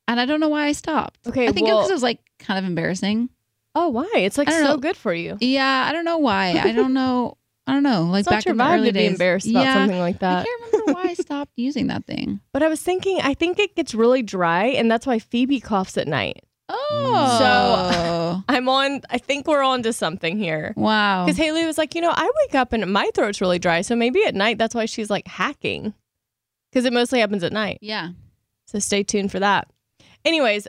[SPEAKER 1] And I don't know why I stopped.
[SPEAKER 2] Okay,
[SPEAKER 1] I think
[SPEAKER 2] well-
[SPEAKER 1] because it was like kind of embarrassing.
[SPEAKER 2] oh why? It's like
[SPEAKER 1] I
[SPEAKER 2] so
[SPEAKER 1] don't know.
[SPEAKER 2] good for you.
[SPEAKER 1] Yeah, I don't know why. I don't know. I don't know. Like
[SPEAKER 2] It's
[SPEAKER 1] back
[SPEAKER 2] not your
[SPEAKER 1] in the
[SPEAKER 2] vibe
[SPEAKER 1] early
[SPEAKER 2] to be
[SPEAKER 1] days,
[SPEAKER 2] embarrassed about
[SPEAKER 1] yeah,
[SPEAKER 2] something like
[SPEAKER 1] I
[SPEAKER 2] that.
[SPEAKER 1] can't remember why I stopped using that thing.
[SPEAKER 2] But I was thinking, I think it gets really dry, and that's why Phoebe coughs at night.
[SPEAKER 1] Oh,
[SPEAKER 2] I'm on. I think we're on to something here.
[SPEAKER 1] so wow.
[SPEAKER 2] Because Haley was like, you know, I wake up and my throat's really dry, so maybe at night that's why she's like hacking, because it mostly happens at night.
[SPEAKER 1] Yeah,
[SPEAKER 2] So stay tuned for that. Anyways,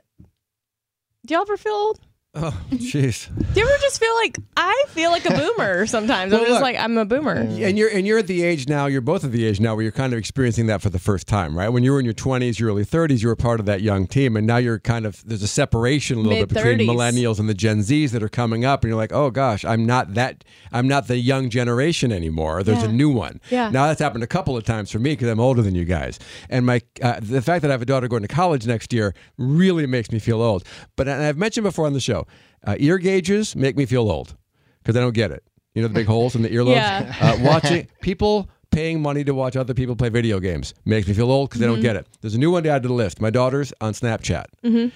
[SPEAKER 2] do y'all ever feel old?
[SPEAKER 5] Oh, jeez.
[SPEAKER 2] Do you ever just feel like I feel like a boomer sometimes? I'm
[SPEAKER 5] Well,
[SPEAKER 2] just
[SPEAKER 5] look.
[SPEAKER 2] like I'm a boomer.
[SPEAKER 5] And you're and you're at the age now. You're both at the age now where you're kind of experiencing that for the first time, right? When you were in your 20s, your early 30s, you were part of that young team, and now you're kind of there's a separation a little bit
[SPEAKER 2] Mid-thirties.
[SPEAKER 5] between millennials and the Gen Zs that are coming up, and you're like, oh gosh, I'm not that. I'm not the young generation anymore. There's
[SPEAKER 2] Yeah.
[SPEAKER 5] a new one.
[SPEAKER 2] Yeah.
[SPEAKER 5] Now that's happened a couple of times for me because I'm older than you guys, and my uh, the fact that I have a daughter going to college next year really makes me feel old. But and I've mentioned before on the show, uh, ear gauges make me feel old because I don't get it. You know the big holes in the earlobes.
[SPEAKER 2] Yeah.
[SPEAKER 5] Uh, watching people paying money to watch other people play video games makes me feel old because
[SPEAKER 2] Mm-hmm.
[SPEAKER 5] I don't get it. There's a new one to add to the list. My daughter's on Snapchat.
[SPEAKER 2] Mm-hmm.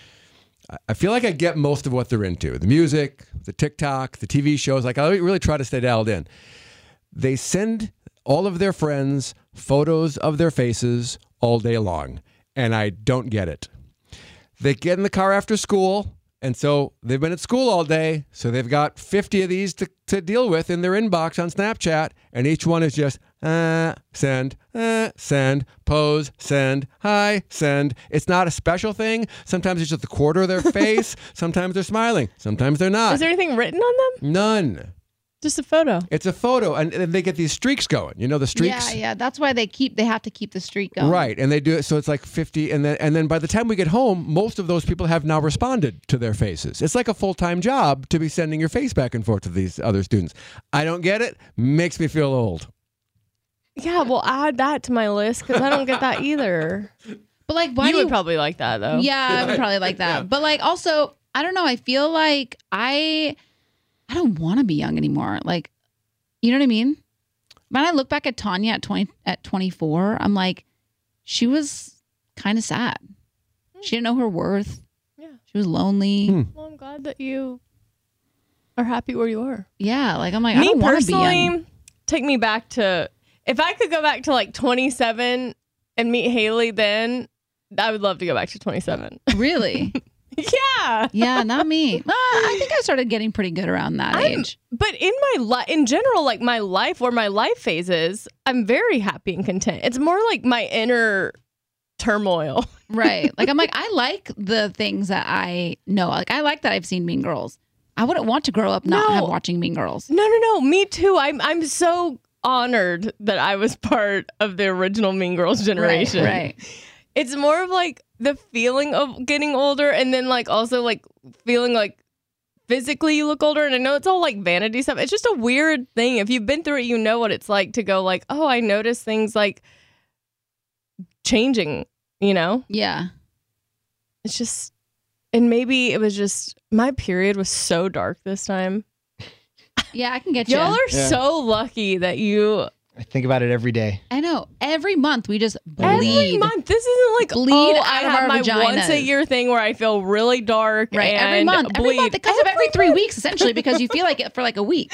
[SPEAKER 5] I- I feel like I get most of what they're into the music, the TikTok, the TV shows. Like, I really try to stay dialed in. They send all of their friends photos of their faces all day long, and I don't get it. They get in the car after school, and so they've been at school all day, so they've got 50 of these to, to deal with in their inbox on Snapchat, and each one is just uh, send, uh, send, pose, send, hi, send. It's not a special thing. Sometimes it's just the quarter of their face. Sometimes they're smiling. Sometimes they're not.
[SPEAKER 2] Is there anything written on them?
[SPEAKER 5] None.
[SPEAKER 2] Just a photo.
[SPEAKER 5] It's a photo, and, and they get these streaks going. You know the streaks.
[SPEAKER 1] yeah, yeah. That's why they keep. They have to keep the streak going.
[SPEAKER 5] Right, and they do it so it's like fifty, and then and then by the time we get home, most of those people have now responded to their faces. It's like a full time job to be sending your face back and forth to these other students. I don't get it. Makes me feel old.
[SPEAKER 2] Yeah, well, add that to my list because I don't get that either.
[SPEAKER 1] But like, why
[SPEAKER 2] you
[SPEAKER 1] do
[SPEAKER 2] would
[SPEAKER 1] you
[SPEAKER 2] probably like that though.
[SPEAKER 1] Yeah, I would probably like that. But like also, I don't know, I feel like I I don't want to be young anymore. Like you know what I mean? When I look back at Tanya at 20 at 24, I'm like she was kind of sad. She didn't know her worth.
[SPEAKER 2] Yeah.
[SPEAKER 1] She was lonely.
[SPEAKER 5] Hmm.
[SPEAKER 2] Well, I'm glad that you are happy where you are.
[SPEAKER 1] Yeah, like I'm like I
[SPEAKER 2] me
[SPEAKER 1] don't want to be young.
[SPEAKER 2] personally, take me back to if I could go back to like 27 and meet Haley, then I would love to go back to 27.
[SPEAKER 1] Really?
[SPEAKER 2] yeah,
[SPEAKER 1] yeah, not me. Uh, I think I started getting pretty good around that
[SPEAKER 2] I'm-
[SPEAKER 1] age.
[SPEAKER 2] but in my life, in general, like my life or my life phases, I'm very happy and content. It's more like my inner turmoil.
[SPEAKER 1] Right. Like I'm like I like the things that I know. Like I like that I've seen Mean Girls. I wouldn't want to grow up not
[SPEAKER 2] No.
[SPEAKER 1] have watching Mean Girls.
[SPEAKER 2] No, no, no. Me too. I'm I'm so honored that I was part of the original Mean Girls generation.
[SPEAKER 1] Right.
[SPEAKER 2] it's more of like the feeling of getting older and then like also like feeling like physically you look older and i know it's all like vanity stuff it's just a weird thing if you've been through it you know what it's like to go like oh i notice things like changing you know?
[SPEAKER 1] Yeah.
[SPEAKER 2] It's just, and maybe it was just my period was so dark this time.
[SPEAKER 1] Yeah, I can get you.
[SPEAKER 2] Y'all are
[SPEAKER 4] Yeah.
[SPEAKER 2] so lucky that you
[SPEAKER 4] I think about it every day.
[SPEAKER 1] I know. Every month we just bleed.
[SPEAKER 2] every month. This isn't like
[SPEAKER 1] Bleed
[SPEAKER 2] oh,
[SPEAKER 1] out
[SPEAKER 2] I
[SPEAKER 1] of
[SPEAKER 2] have
[SPEAKER 1] our
[SPEAKER 2] my
[SPEAKER 1] vaginas.
[SPEAKER 2] once a year thing where I feel really dark.
[SPEAKER 1] Right,
[SPEAKER 2] and
[SPEAKER 1] every month, every
[SPEAKER 2] bleed.
[SPEAKER 1] month. It comes up every three weeks, essentially, because you feel like it for like a week.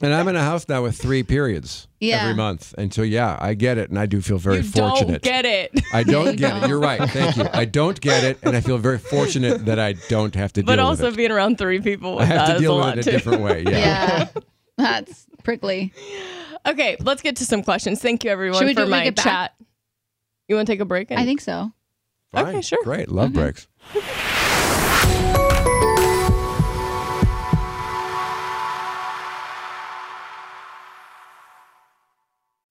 [SPEAKER 5] And I'm in a house now with three periods
[SPEAKER 1] Yeah.
[SPEAKER 5] every month. And so, yeah, I get it. And I do feel very
[SPEAKER 2] you
[SPEAKER 5] fortunate.
[SPEAKER 2] don't get it.
[SPEAKER 5] I
[SPEAKER 1] Yeah,
[SPEAKER 5] don't
[SPEAKER 1] you
[SPEAKER 5] get
[SPEAKER 1] don't.
[SPEAKER 5] it. You're right. Thank you. I don't get it. And I feel very fortunate that I don't have to deal
[SPEAKER 2] but also
[SPEAKER 5] with it.
[SPEAKER 2] being around three people
[SPEAKER 5] I
[SPEAKER 2] with
[SPEAKER 5] have
[SPEAKER 2] that
[SPEAKER 5] to
[SPEAKER 2] is a
[SPEAKER 5] deal
[SPEAKER 2] lot
[SPEAKER 5] with it a
[SPEAKER 2] too.
[SPEAKER 5] different way. Yeah.
[SPEAKER 1] That's prickly.
[SPEAKER 2] Okay, let's get to some questions. Thank you everyone
[SPEAKER 1] Should we do
[SPEAKER 2] for
[SPEAKER 1] it when we
[SPEAKER 2] my
[SPEAKER 1] get back?
[SPEAKER 2] chat. You want to take a break?
[SPEAKER 1] I think so.
[SPEAKER 5] Fine.
[SPEAKER 2] Okay, sure.
[SPEAKER 5] Great. Love breaks.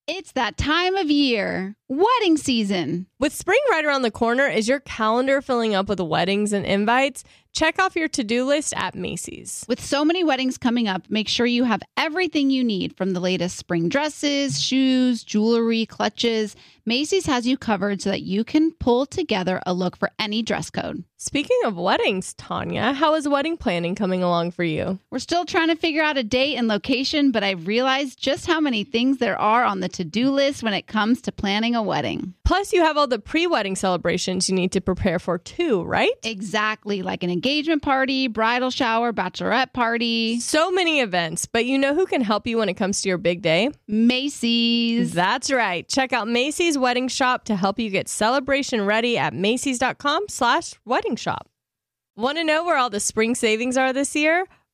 [SPEAKER 1] It's that time of year, wedding season.
[SPEAKER 2] With spring right around the corner, is your calendar filling up with weddings and invites? Check off your to-do list at Macy's.
[SPEAKER 1] With so many weddings coming up, make sure you have everything you need from the latest spring dresses, shoes, jewelry, clutches. Macy's has you covered so that you can pull together a look for any dress code.
[SPEAKER 2] Speaking of weddings, Tanya, how is wedding planning coming along for you?
[SPEAKER 1] We're still trying to figure out a date and location, but I realized just how many things there are on the to do list when it comes to planning a wedding.
[SPEAKER 2] Plus, you have all the pre-wedding celebrations you need to prepare for too, right?
[SPEAKER 1] Exactly, like an engagement party, bridal shower, bachelorette party,
[SPEAKER 2] So many events, but you know who can help you when it comes to your big day?
[SPEAKER 1] Macy's.
[SPEAKER 2] That's right. Check out Macy's Wedding Shop to help you get celebration ready at Macy's.com slash wedding shop. Want to know where all the spring savings are this year?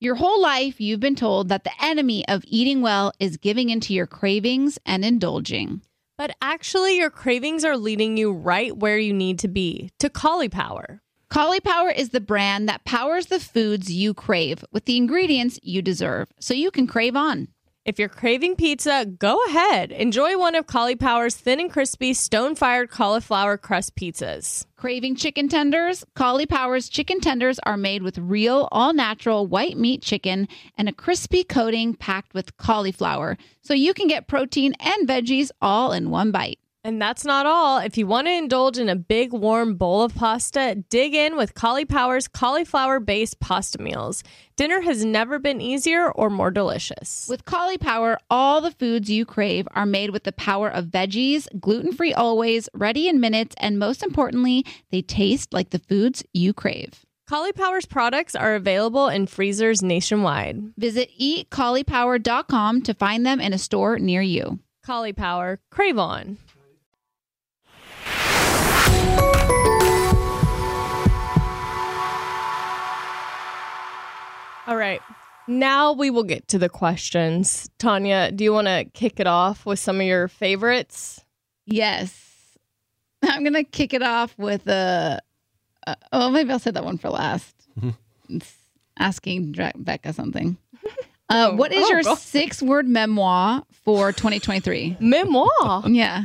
[SPEAKER 1] Your whole life, you've been told that the enemy of eating well is giving into your cravings and indulging.
[SPEAKER 2] But actually, your cravings are leading you right where you need to be to Collie Power.
[SPEAKER 1] Cauliflower is the brand that powers the foods you crave with the ingredients you deserve, so you can crave on.
[SPEAKER 2] If you're craving pizza, go ahead. Enjoy one of Collie Power's thin and crispy stone fired cauliflower crust pizzas.
[SPEAKER 1] Craving chicken tenders? Cauliflower's chicken tenders are made with real, all natural white meat chicken and a crispy coating packed with cauliflower. So you can get protein and veggies all in one bite.
[SPEAKER 2] And that's not all. If you want to indulge in a big warm bowl of pasta, dig in with Collie Power's cauliflower based pasta meals. Dinner has never been easier or more delicious.
[SPEAKER 1] With cauliflower, all the foods you crave are made with the power of veggies, gluten free always, ready in minutes, and most importantly, they taste like the foods you crave.
[SPEAKER 2] Collie Power's products are available in freezers nationwide.
[SPEAKER 1] Visit eatcauliflower.com to find them in a store near you.
[SPEAKER 2] Collie Power, crave on. All right. Now we will get to the questions. Tanya, do you want to kick it off with some of your favorites?
[SPEAKER 1] Yes. I'm going to kick it off with a. Uh, oh, maybe I'll say that one for last. It's asking Dre- Becca something. Uh,
[SPEAKER 2] Oh,
[SPEAKER 1] what is
[SPEAKER 2] oh,
[SPEAKER 1] your
[SPEAKER 2] God.
[SPEAKER 1] six word memoir for 2023?
[SPEAKER 2] Memoir.
[SPEAKER 1] yeah.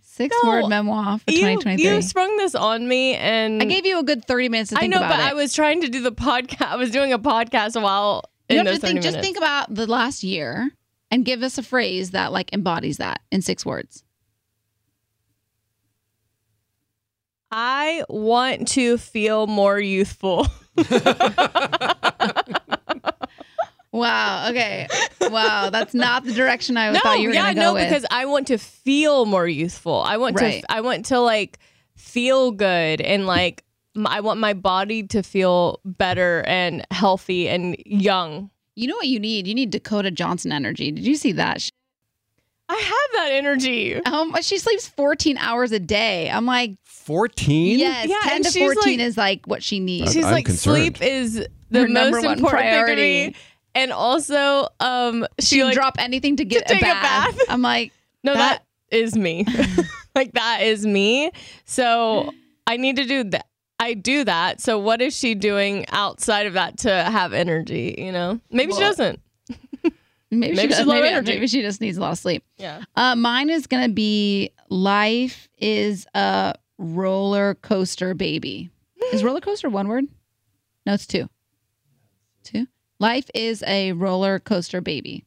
[SPEAKER 1] Six
[SPEAKER 2] No.
[SPEAKER 1] word memoir for
[SPEAKER 2] You,
[SPEAKER 1] 2023.
[SPEAKER 2] you sprung this on me, and
[SPEAKER 1] I gave you a good 30 minutes to
[SPEAKER 2] I
[SPEAKER 1] think
[SPEAKER 2] know,
[SPEAKER 1] about
[SPEAKER 2] but
[SPEAKER 1] it.
[SPEAKER 2] I was trying to do the podcast. I was doing a podcast while
[SPEAKER 1] you have
[SPEAKER 2] in those
[SPEAKER 1] to think,
[SPEAKER 2] 30
[SPEAKER 1] just
[SPEAKER 2] minutes.
[SPEAKER 1] think about the last year and give us a phrase that like embodies that in six words.
[SPEAKER 2] I want to feel more youthful.
[SPEAKER 1] Wow. Okay. wow. That's not the direction I thought you were
[SPEAKER 2] yeah,
[SPEAKER 1] going to go
[SPEAKER 2] no,
[SPEAKER 1] with.
[SPEAKER 2] because I want to feel more youthful. I want
[SPEAKER 1] Right.
[SPEAKER 2] to, I want to like feel good and like m- I want my body to feel better and healthy and young.
[SPEAKER 1] You know what you need? You need Dakota Johnson energy. Did you see that? She,
[SPEAKER 2] I have that energy.
[SPEAKER 1] um, she sleeps 14 hours a day. I'm like,
[SPEAKER 5] 14?
[SPEAKER 1] yes,
[SPEAKER 2] Yeah,
[SPEAKER 1] 10
[SPEAKER 2] and
[SPEAKER 1] to
[SPEAKER 2] she's
[SPEAKER 1] 14
[SPEAKER 2] like-
[SPEAKER 1] is like what she needs.
[SPEAKER 5] Uh,
[SPEAKER 2] She's
[SPEAKER 5] I'm
[SPEAKER 2] like
[SPEAKER 5] concerned.
[SPEAKER 2] sleep is the
[SPEAKER 1] Her number
[SPEAKER 2] most
[SPEAKER 1] one
[SPEAKER 2] important thing to me.
[SPEAKER 1] priority.
[SPEAKER 2] And also, um, she
[SPEAKER 1] She'd
[SPEAKER 2] like,
[SPEAKER 1] drop anything to get
[SPEAKER 2] take
[SPEAKER 1] a,
[SPEAKER 2] a
[SPEAKER 1] bath.
[SPEAKER 2] bath.
[SPEAKER 1] I'm like,
[SPEAKER 2] no,
[SPEAKER 1] that-
[SPEAKER 2] that is me. like that is me. So I need to do that. I do that. So what is she doing outside of that to have energy? You know, maybe she
[SPEAKER 4] Well,
[SPEAKER 2] doesn't.
[SPEAKER 1] maybe, she
[SPEAKER 2] Maybe
[SPEAKER 1] does,
[SPEAKER 2] she's low
[SPEAKER 1] maybe,
[SPEAKER 2] energy.
[SPEAKER 1] maybe she just needs a lot of sleep.
[SPEAKER 2] Yeah.
[SPEAKER 1] Uh, mine is gonna be life is a roller coaster baby. Is roller coaster one word? No, it's two. Two. Life is a roller coaster baby.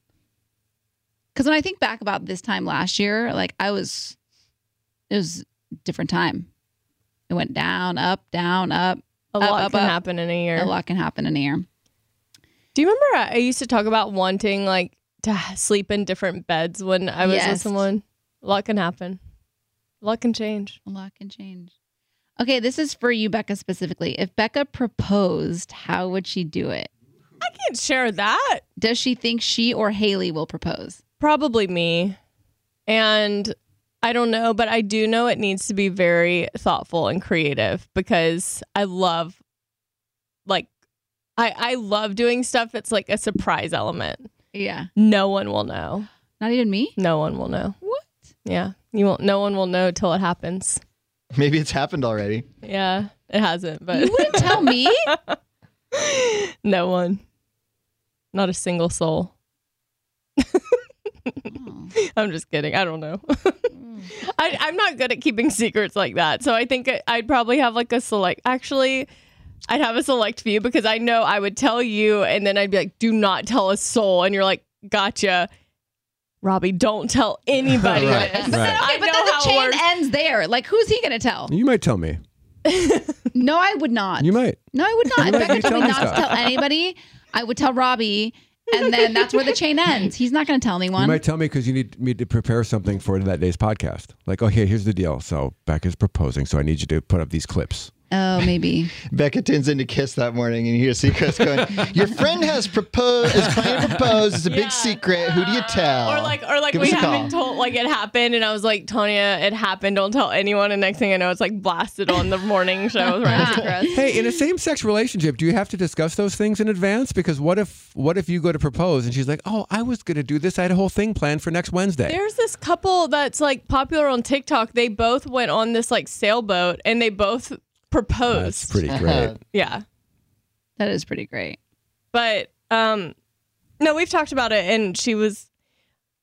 [SPEAKER 1] Because when I think back about this time last year, like I was, it was a different time. It went down, up, down, up.
[SPEAKER 2] A
[SPEAKER 1] Up,
[SPEAKER 2] lot
[SPEAKER 1] up,
[SPEAKER 2] can
[SPEAKER 1] up.
[SPEAKER 2] happen in a year.
[SPEAKER 1] A lot can happen in a year.
[SPEAKER 2] Do you remember I I used to talk about wanting like to h- sleep in different beds when I was with
[SPEAKER 1] Yes.
[SPEAKER 2] someone? A lot can happen. A lot can change.
[SPEAKER 1] A lot can change. Okay, this is for you, Becca, specifically. If Becca proposed, how would she do it?
[SPEAKER 2] I can't share that.
[SPEAKER 1] Does she think she or Haley will propose?
[SPEAKER 2] Probably me. And I don't know, but I do know it needs to be very thoughtful and creative because I love like I I love doing stuff that's like a surprise element.
[SPEAKER 1] Yeah.
[SPEAKER 2] No one will know.
[SPEAKER 1] Not even me?
[SPEAKER 2] No one will know.
[SPEAKER 1] What?
[SPEAKER 2] Yeah. You won't no one will know till it happens.
[SPEAKER 4] Maybe it's happened already.
[SPEAKER 2] Yeah, it hasn't, but
[SPEAKER 1] You wouldn't tell me?
[SPEAKER 2] no one. Not a single soul.
[SPEAKER 1] Oh.
[SPEAKER 2] I'm just kidding. I don't know.
[SPEAKER 1] Hmm.
[SPEAKER 2] I, I'm not good at keeping secrets like that. So I think I- I'd probably have like a select. Actually, I'd have a select few because I know I would tell you, and then I'd be like, "Do not tell a soul," and you're like, "Gotcha, Robbie. Don't tell anybody."
[SPEAKER 5] Right,
[SPEAKER 2] this."
[SPEAKER 5] right. But then-
[SPEAKER 1] Okay,
[SPEAKER 2] I
[SPEAKER 1] but
[SPEAKER 2] know
[SPEAKER 1] then the
[SPEAKER 2] how it
[SPEAKER 1] chain
[SPEAKER 2] works.
[SPEAKER 1] ends there. Like, who's he going to tell?
[SPEAKER 5] You might tell me.
[SPEAKER 1] No, I would not.
[SPEAKER 5] You might.
[SPEAKER 1] No, I would not.
[SPEAKER 5] You might
[SPEAKER 1] Becca
[SPEAKER 5] be
[SPEAKER 1] told me
[SPEAKER 5] telling
[SPEAKER 1] not to
[SPEAKER 5] stuff.
[SPEAKER 1] tell anybody. I would tell Robbie, and then that's where the chain ends. He's not going to tell anyone.
[SPEAKER 5] You might tell me because you need me to prepare something for that day's podcast. Like, okay, here's the deal. So Becca's proposing, so I need you to put up these clips.
[SPEAKER 1] oh, maybe.
[SPEAKER 4] Becca tunes into Kiss that morning, and you hear Seacrest going, "Your friend has proposed. Is planning to propose. It's a
[SPEAKER 2] Yeah.
[SPEAKER 4] big secret. Who do you tell?"
[SPEAKER 2] Or like, or like
[SPEAKER 4] Give
[SPEAKER 2] we
[SPEAKER 4] us a
[SPEAKER 2] haven't
[SPEAKER 4] call.
[SPEAKER 2] told, like it happened, and I was like, Tonya, it happened. Don't tell anyone. And next thing I know, it's like blasted on the morning show with Ryan Seacrest.
[SPEAKER 5] Hey, in a same-sex relationship, do you have to discuss those things in advance? Because what if what if you go to propose and she's like, "Oh, I was going to do this. I had a whole thing planned for next Wednesday."
[SPEAKER 2] There's this couple that's like popular on TikTok. They both went on this like sailboat and they both proposed.
[SPEAKER 5] That's pretty
[SPEAKER 4] Uh,
[SPEAKER 5] great.
[SPEAKER 2] Yeah.
[SPEAKER 1] That is pretty great.
[SPEAKER 2] But um no, we've talked about it and she was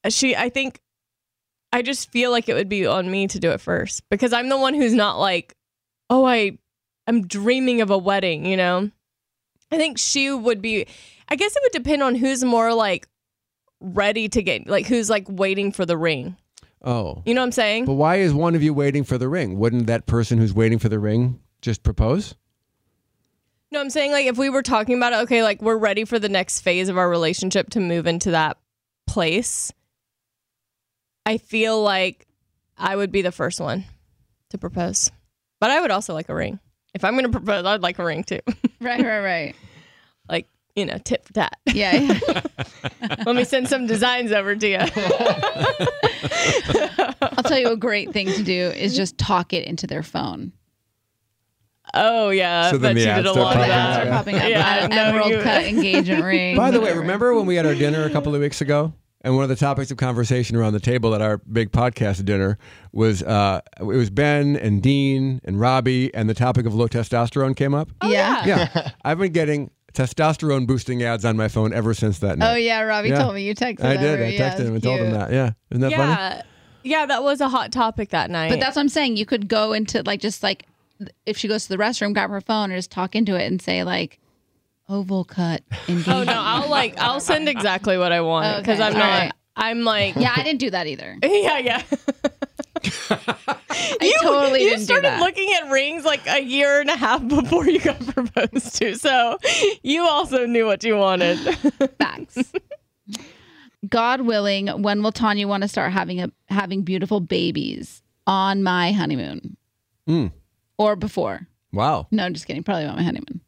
[SPEAKER 2] she I think I just feel like it would be on me to do it first because I'm the one who's not like, "Oh, I I'm dreaming of a wedding," you know? I think she would be I guess it would depend on who's more like ready to get like who's like waiting for the ring.
[SPEAKER 5] Oh.
[SPEAKER 2] You know what I'm saying?
[SPEAKER 5] But why is one of you waiting for the ring? Wouldn't that person who's waiting for the ring just propose?
[SPEAKER 2] No, I'm saying like if we were talking about it, okay, like we're ready for the next phase of our relationship to move into that place. I feel like I would be the first one to propose. But I would also like a ring. If I'm gonna propose, I'd like a ring too.
[SPEAKER 1] Right, right, right.
[SPEAKER 2] like, you know, tit for tat.
[SPEAKER 1] Yeah. yeah.
[SPEAKER 2] Let me send some designs over to you.
[SPEAKER 1] I'll tell you a great thing to do is just talk it into their phone.
[SPEAKER 2] oh yeah.
[SPEAKER 5] So
[SPEAKER 2] I bet
[SPEAKER 5] then the
[SPEAKER 2] you did
[SPEAKER 5] ads
[SPEAKER 2] a
[SPEAKER 5] start
[SPEAKER 2] lot
[SPEAKER 1] The
[SPEAKER 2] of
[SPEAKER 5] popping
[SPEAKER 1] ads
[SPEAKER 5] up.
[SPEAKER 1] are
[SPEAKER 2] that.
[SPEAKER 1] popping up.
[SPEAKER 2] Yeah, I
[SPEAKER 1] uh,
[SPEAKER 2] know
[SPEAKER 1] Emerald
[SPEAKER 2] you-
[SPEAKER 1] cut engagement ring.
[SPEAKER 5] By the way,
[SPEAKER 1] whatever.
[SPEAKER 5] remember when we had our dinner a couple of weeks ago? And one of the topics of conversation around the table at our big podcast dinner was uh, it was Ben and Dean and Robbie, and the topic of low testosterone came up.
[SPEAKER 2] Oh,
[SPEAKER 1] yeah.
[SPEAKER 5] Yeah, I've been getting testosterone boosting ads on my phone ever since that
[SPEAKER 1] Oh
[SPEAKER 5] night.
[SPEAKER 1] yeah, Robbie
[SPEAKER 5] Yeah.
[SPEAKER 1] told me you texted.
[SPEAKER 5] I did.
[SPEAKER 1] over.
[SPEAKER 5] I texted
[SPEAKER 1] Yeah,
[SPEAKER 5] him and told him
[SPEAKER 1] cute.
[SPEAKER 5] that. Yeah, isn't that funny?
[SPEAKER 2] Yeah. Yeah, that was a hot topic that night.
[SPEAKER 1] But that's what I'm saying. You could go into like just like th- if she goes to the restroom, grab her phone, or just talk into it and say like oval cut.
[SPEAKER 2] Oh no, I'll like I'll send exactly what I want because
[SPEAKER 1] Okay,
[SPEAKER 2] I'm not.
[SPEAKER 1] alright.
[SPEAKER 2] I'm like
[SPEAKER 1] yeah, I didn't do that either.
[SPEAKER 2] yeah yeah.
[SPEAKER 1] I totally
[SPEAKER 2] you
[SPEAKER 1] didn't
[SPEAKER 2] started
[SPEAKER 1] do that.
[SPEAKER 2] looking at rings like a year and a half before you got proposed to, so you also knew what you wanted.
[SPEAKER 1] Facts. God willing, when will Tanya want to start having a having beautiful babies on my honeymoon,
[SPEAKER 5] Mm.
[SPEAKER 1] or before?
[SPEAKER 5] Wow.
[SPEAKER 1] No, I'm just kidding. Probably about my honeymoon.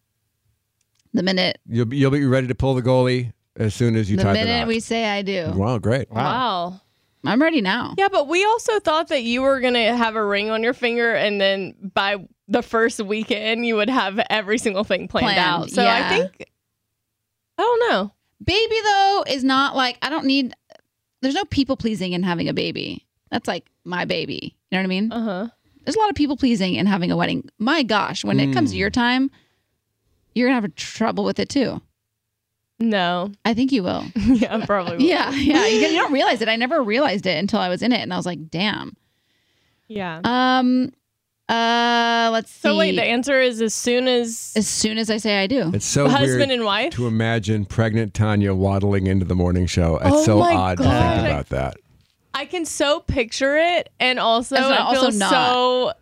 [SPEAKER 1] The minute,
[SPEAKER 5] You'll be, you'll be ready to pull the goalie as soon as you
[SPEAKER 1] the
[SPEAKER 5] tie the
[SPEAKER 1] minute
[SPEAKER 5] knot.
[SPEAKER 1] we say I do,
[SPEAKER 5] wow, great.
[SPEAKER 2] Wow.
[SPEAKER 1] I'm ready now.
[SPEAKER 2] Yeah, but we also thought that you were going to have a ring on your finger and then by the first weekend you would have every single thing planned,
[SPEAKER 1] Planned,
[SPEAKER 2] out. So
[SPEAKER 1] yeah.
[SPEAKER 2] I think I don't know.
[SPEAKER 1] Baby though is not like I don't need. There's no people pleasing in having a baby. That's like my baby. You know what I mean?
[SPEAKER 2] Uh-huh.
[SPEAKER 1] There's a lot of people pleasing in having a wedding. My gosh, when it comes to
[SPEAKER 2] Hmm.
[SPEAKER 1] your time, you're gonna have trouble with it too.
[SPEAKER 2] No.
[SPEAKER 1] I think you will.
[SPEAKER 2] yeah, probably. will.
[SPEAKER 1] yeah, yeah. You, you don't realize it. I never realized it until I was in it, and I was like, damn.
[SPEAKER 2] Yeah.
[SPEAKER 1] Um, uh, let's see.
[SPEAKER 2] So wait, the answer is as soon as,
[SPEAKER 1] as soon as I say I do,
[SPEAKER 5] It's so
[SPEAKER 2] husband
[SPEAKER 5] weird
[SPEAKER 2] and wife.
[SPEAKER 5] to imagine pregnant Tanya waddling into the morning show. It's
[SPEAKER 2] Oh
[SPEAKER 5] so
[SPEAKER 2] my
[SPEAKER 5] odd to
[SPEAKER 2] God.
[SPEAKER 5] think about that.
[SPEAKER 2] I can so picture it and also
[SPEAKER 1] It's not-
[SPEAKER 2] I feel
[SPEAKER 1] also not.
[SPEAKER 2] so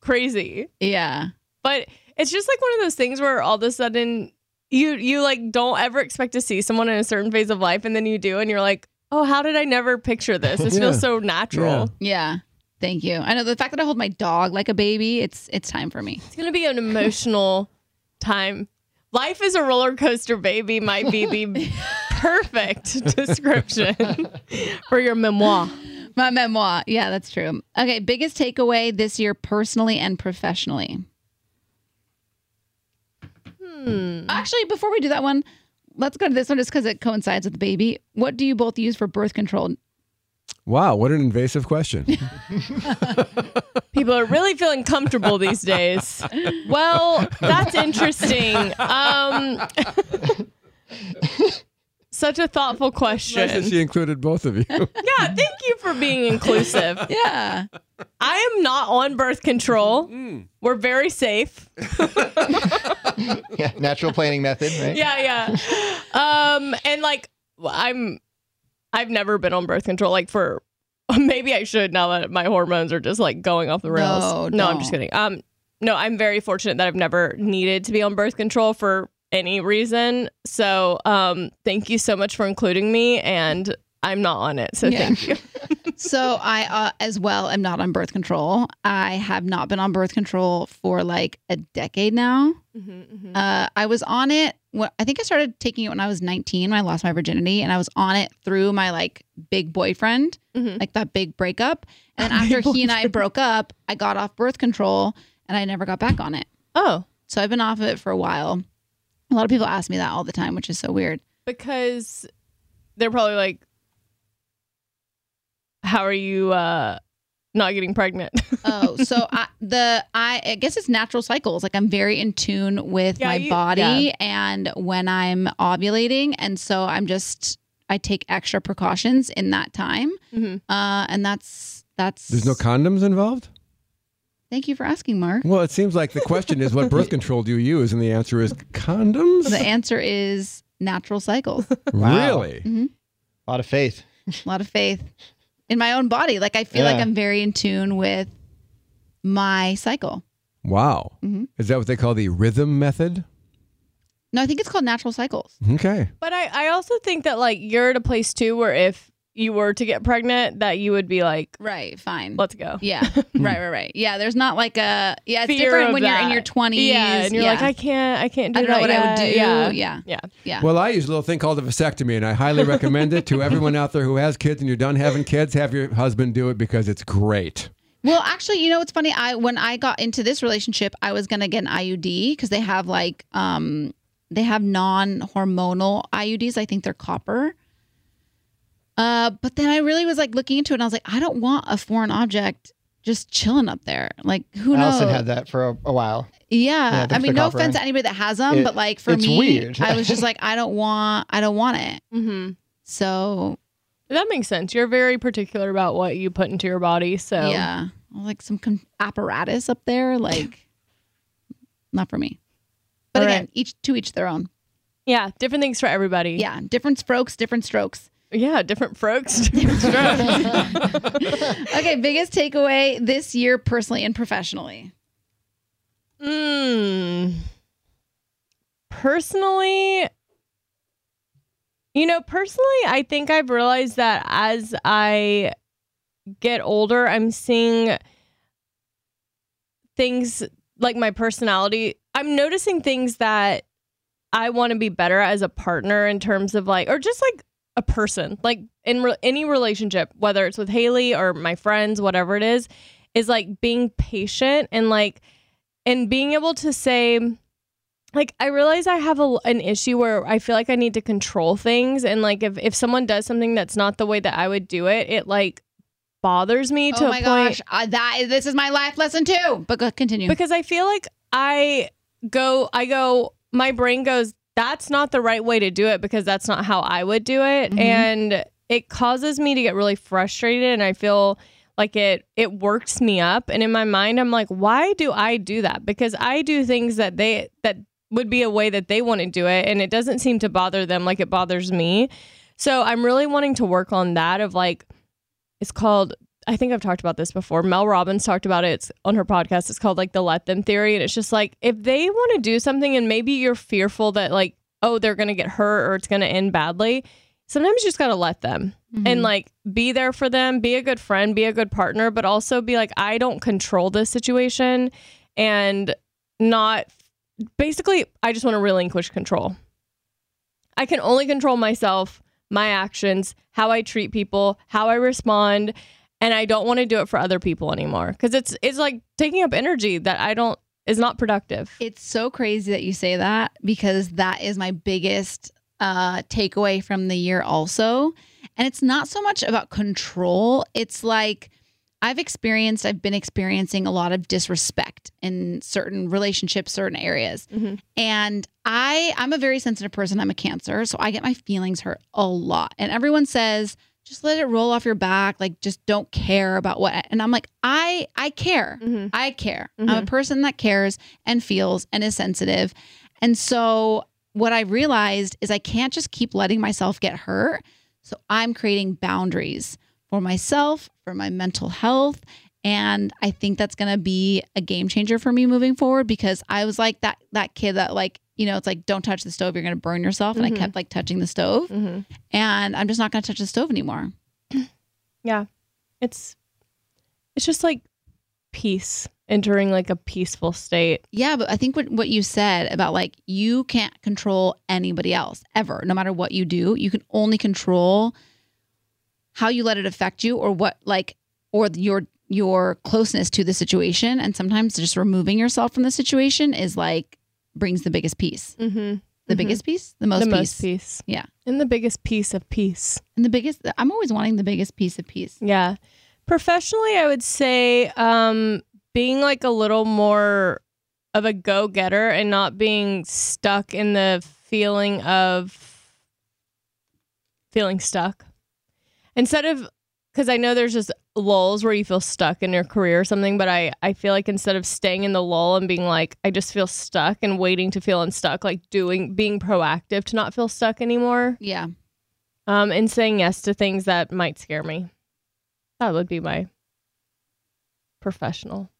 [SPEAKER 2] crazy.
[SPEAKER 1] yeah.
[SPEAKER 2] But it's just like one of those things where all of a sudden you you like don't ever expect to see someone in a certain phase of life and then you do and you're like, "Oh, how did I never picture this? This
[SPEAKER 5] Yeah.
[SPEAKER 2] feels so natural."
[SPEAKER 1] Yeah. Thank you. I know the fact that I hold my dog like a baby, it's it's time for me.
[SPEAKER 2] It's going to be an emotional time. Life is a roller coaster, baby, might be the perfect description for your memoir.
[SPEAKER 1] My memoir. Yeah, that's true. Okay, biggest takeaway this year personally and professionally. Hmm. Actually, before we do that one, let's go to this one just because it coincides with the baby. What do you both use for birth control?
[SPEAKER 5] Wow, what an invasive question.
[SPEAKER 2] People are really feeling comfortable these days. Well, that's interesting. Um, such a thoughtful
[SPEAKER 5] nice that
[SPEAKER 2] question.
[SPEAKER 5] she included both of you.
[SPEAKER 2] Yeah, thank you for being inclusive.
[SPEAKER 1] Yeah.
[SPEAKER 2] I am not on birth control.
[SPEAKER 5] Mm.
[SPEAKER 2] We're very safe.
[SPEAKER 4] Yeah, natural planning method, right?
[SPEAKER 2] Yeah, yeah. Um, and like I'm, I've never been on birth control. Like for maybe I should now that my hormones are just like going off the rails.
[SPEAKER 1] No,
[SPEAKER 2] I'm just
[SPEAKER 1] don't.
[SPEAKER 2] kidding. Um, no, I'm very fortunate that I've never needed to be on birth control for any reason. So, um, thank you so much for including me, and I'm not on it. So
[SPEAKER 1] Yeah.
[SPEAKER 2] thank you.
[SPEAKER 1] so I, uh, as well, am not on birth control. I have not been on birth control for like a decade now.
[SPEAKER 2] Mm-hmm.
[SPEAKER 1] Uh, I was on it. When, I think I started taking it when I was 19. When I lost my virginity, and I was on it through my like big boyfriend,
[SPEAKER 2] Mhm.
[SPEAKER 1] like that big breakup. And then after he and I broke up, I got off birth control, and I never got back on it.
[SPEAKER 2] Oh,
[SPEAKER 1] So I've been off of it for a while. A lot of people ask me that all the time, which is so weird.
[SPEAKER 2] because they're probably like, how are you uh, not getting pregnant?
[SPEAKER 1] oh, so I, the I, I guess it's natural cycles. Like I'm very in tune with
[SPEAKER 2] Yeah,
[SPEAKER 1] my
[SPEAKER 2] you-
[SPEAKER 1] body
[SPEAKER 2] yeah.
[SPEAKER 1] and when I'm ovulating, and so I'm just I take extra precautions in that time.
[SPEAKER 2] Mhm.
[SPEAKER 1] Uh, and that's that's.
[SPEAKER 5] There's no condoms involved?
[SPEAKER 1] Thank you for asking, Mark.
[SPEAKER 5] Well, it seems like the question is what birth control do you use? And the answer is condoms?
[SPEAKER 1] The answer is natural cycles. A
[SPEAKER 4] Wow.
[SPEAKER 5] Really?
[SPEAKER 4] A lot of faith.
[SPEAKER 1] lot of faith in my own body. Like I feel like
[SPEAKER 4] Yeah.
[SPEAKER 1] I'm very in tune with my cycle.
[SPEAKER 5] Wow.
[SPEAKER 1] Mhm.
[SPEAKER 5] Is that what they call the rhythm method?
[SPEAKER 1] No, I think it's called natural cycles.
[SPEAKER 5] Okay.
[SPEAKER 2] But I, I also think that like you're at a place too where if you were to get pregnant, that you would be like,
[SPEAKER 1] Right. Fine.
[SPEAKER 2] let's go.
[SPEAKER 1] Yeah. right, right, right. Yeah, there's not like a yeah, it's
[SPEAKER 2] Fear
[SPEAKER 1] different
[SPEAKER 2] of
[SPEAKER 1] when you're in
[SPEAKER 2] that.
[SPEAKER 1] your 20s.
[SPEAKER 2] Yeah, and you're like, I can't, I can't do
[SPEAKER 1] I don't know
[SPEAKER 2] that
[SPEAKER 1] what I would
[SPEAKER 2] yet."
[SPEAKER 1] do.
[SPEAKER 2] Yeah,
[SPEAKER 1] Yeah.
[SPEAKER 2] yeah.
[SPEAKER 5] Well, I use a little thing called a vasectomy, and I highly recommend it to everyone out there who has kids and you're done having kids. Have your husband do it because it's great.
[SPEAKER 1] Well, actually, you know what's funny? I when I got into this relationship, I was going to get an IUD because they have like um they have non-hormonal IUDs. I think they're copper. Uh, but then I really was like looking into it and I was like, I don't want a foreign object just chilling up there. Like who knows?
[SPEAKER 4] Allison had that for a, a while. Yeah, I
[SPEAKER 1] Yeah,
[SPEAKER 4] think
[SPEAKER 1] I mean,
[SPEAKER 4] they're
[SPEAKER 1] no
[SPEAKER 4] copper.
[SPEAKER 1] offense to anybody that has them,
[SPEAKER 4] It-
[SPEAKER 1] but like for
[SPEAKER 4] it's
[SPEAKER 1] me,
[SPEAKER 4] weird.
[SPEAKER 1] I was just like, I don't want, I don't want it.
[SPEAKER 2] hmm
[SPEAKER 1] So
[SPEAKER 2] That makes sense. You're very particular about what you put into your body. So
[SPEAKER 1] yeah, like some con- apparatus up there, like not for me. But
[SPEAKER 2] All
[SPEAKER 1] again,
[SPEAKER 2] right.
[SPEAKER 1] each to each their own.
[SPEAKER 2] Yeah, different things for everybody.
[SPEAKER 1] Yeah, different strokes, different strokes.
[SPEAKER 2] Yeah, different frogs, different strokes.
[SPEAKER 1] Okay, biggest takeaway this year, personally and professionally.
[SPEAKER 2] Mm. Personally, you know, personally, I think I've realized that as I get older, I'm seeing things like my personality. I'm noticing things that I want to be better at as a partner in terms of like, or just like a person, like in re- any relationship, whether it's with Haley or my friends, whatever it is, is like being patient and like, and being able to say, like I realize I have a, an issue where I feel like I need to control things and like if, if someone does something that's not the way that I would do it, it like bothers me to
[SPEAKER 1] oh
[SPEAKER 2] a
[SPEAKER 1] my
[SPEAKER 2] point
[SPEAKER 1] gosh, I, that this is my life lesson too. But go, continue.
[SPEAKER 2] because I feel like I go I go my brain goes that's not the right way to do it because that's not how I would do it
[SPEAKER 1] Mhm.
[SPEAKER 2] and it causes me to get really frustrated and I feel like it it works me up and in my mind I'm like why do I do that because I do things that they that would be a way that they want to do it and it doesn't seem to bother them like it bothers me so I'm really wanting to work on that of like it's called I think I've talked about this before. Mel Robbins talked about it it's on her podcast. It's called like the let them theory and it's just like if they want to do something and maybe you're fearful that like oh they're going to get hurt or it's going to end badly, sometimes you just got to let them
[SPEAKER 1] Mm-hmm.
[SPEAKER 2] and like be there for them, be a good friend, be a good partner, but also be like I don't control this situation and not basically I just want to relinquish control. I can only control myself, my actions, how I treat people, how I respond, and I don't want to do it for other people anymore cuz it's it's like taking up energy that I don't is not productive.
[SPEAKER 1] It's so crazy that you say that because that is my biggest uh, takeaway from the year, also. And it's not so much about control, it's like I've experienced, I've been experiencing a lot of disrespect in certain relationships, certain areas.
[SPEAKER 2] Mhm.
[SPEAKER 1] And I, I'm a very sensitive person. I'm a cancer. So I get my feelings hurt a lot. And everyone says, just let it roll off your back. Like, just don't care about what. And I'm like, I, I care.
[SPEAKER 2] Mhm.
[SPEAKER 1] I care. I'm a
[SPEAKER 2] Mhm.
[SPEAKER 1] person that cares and feels and is sensitive. And so what I realized is I can't just keep letting myself get hurt. So I'm creating boundaries for myself, for my mental health. And I think that's gonna be a game changer for me moving forward because I was like that that kid that like, you know, it's like don't touch the stove, you're gonna burn yourself. And
[SPEAKER 2] Mhm.
[SPEAKER 1] I kept like touching the stove
[SPEAKER 2] Mhm.
[SPEAKER 1] and I'm just not gonna touch the stove anymore.
[SPEAKER 2] it's it's just like peace entering like a peaceful state
[SPEAKER 1] Yeah, but I think what, what you said about like you can't control anybody else ever, no matter what you do. You can only control how you let it affect you or what like or your your closeness to the situation. And sometimes just removing yourself from the situation is like brings the biggest peace.
[SPEAKER 2] mm-hmm.
[SPEAKER 1] The
[SPEAKER 2] Mhm.
[SPEAKER 1] biggest peace? The most
[SPEAKER 2] the
[SPEAKER 1] peace.
[SPEAKER 2] most peace
[SPEAKER 1] Yeah.
[SPEAKER 2] and the biggest piece of peace
[SPEAKER 1] And the biggest I'm always wanting the biggest piece of peace.
[SPEAKER 2] yeah professionally i would say um being like a little more of a go-getter and not being stuck in the feeling of feeling stuck instead of because i know there's just lulls where you feel stuck in your career or something but i i feel like instead of staying in the lull and being like i just feel stuck and waiting to feel unstuck like doing being proactive to not feel stuck anymore
[SPEAKER 1] Yeah.
[SPEAKER 2] um, and saying yes to things that might scare me. That would be my professional.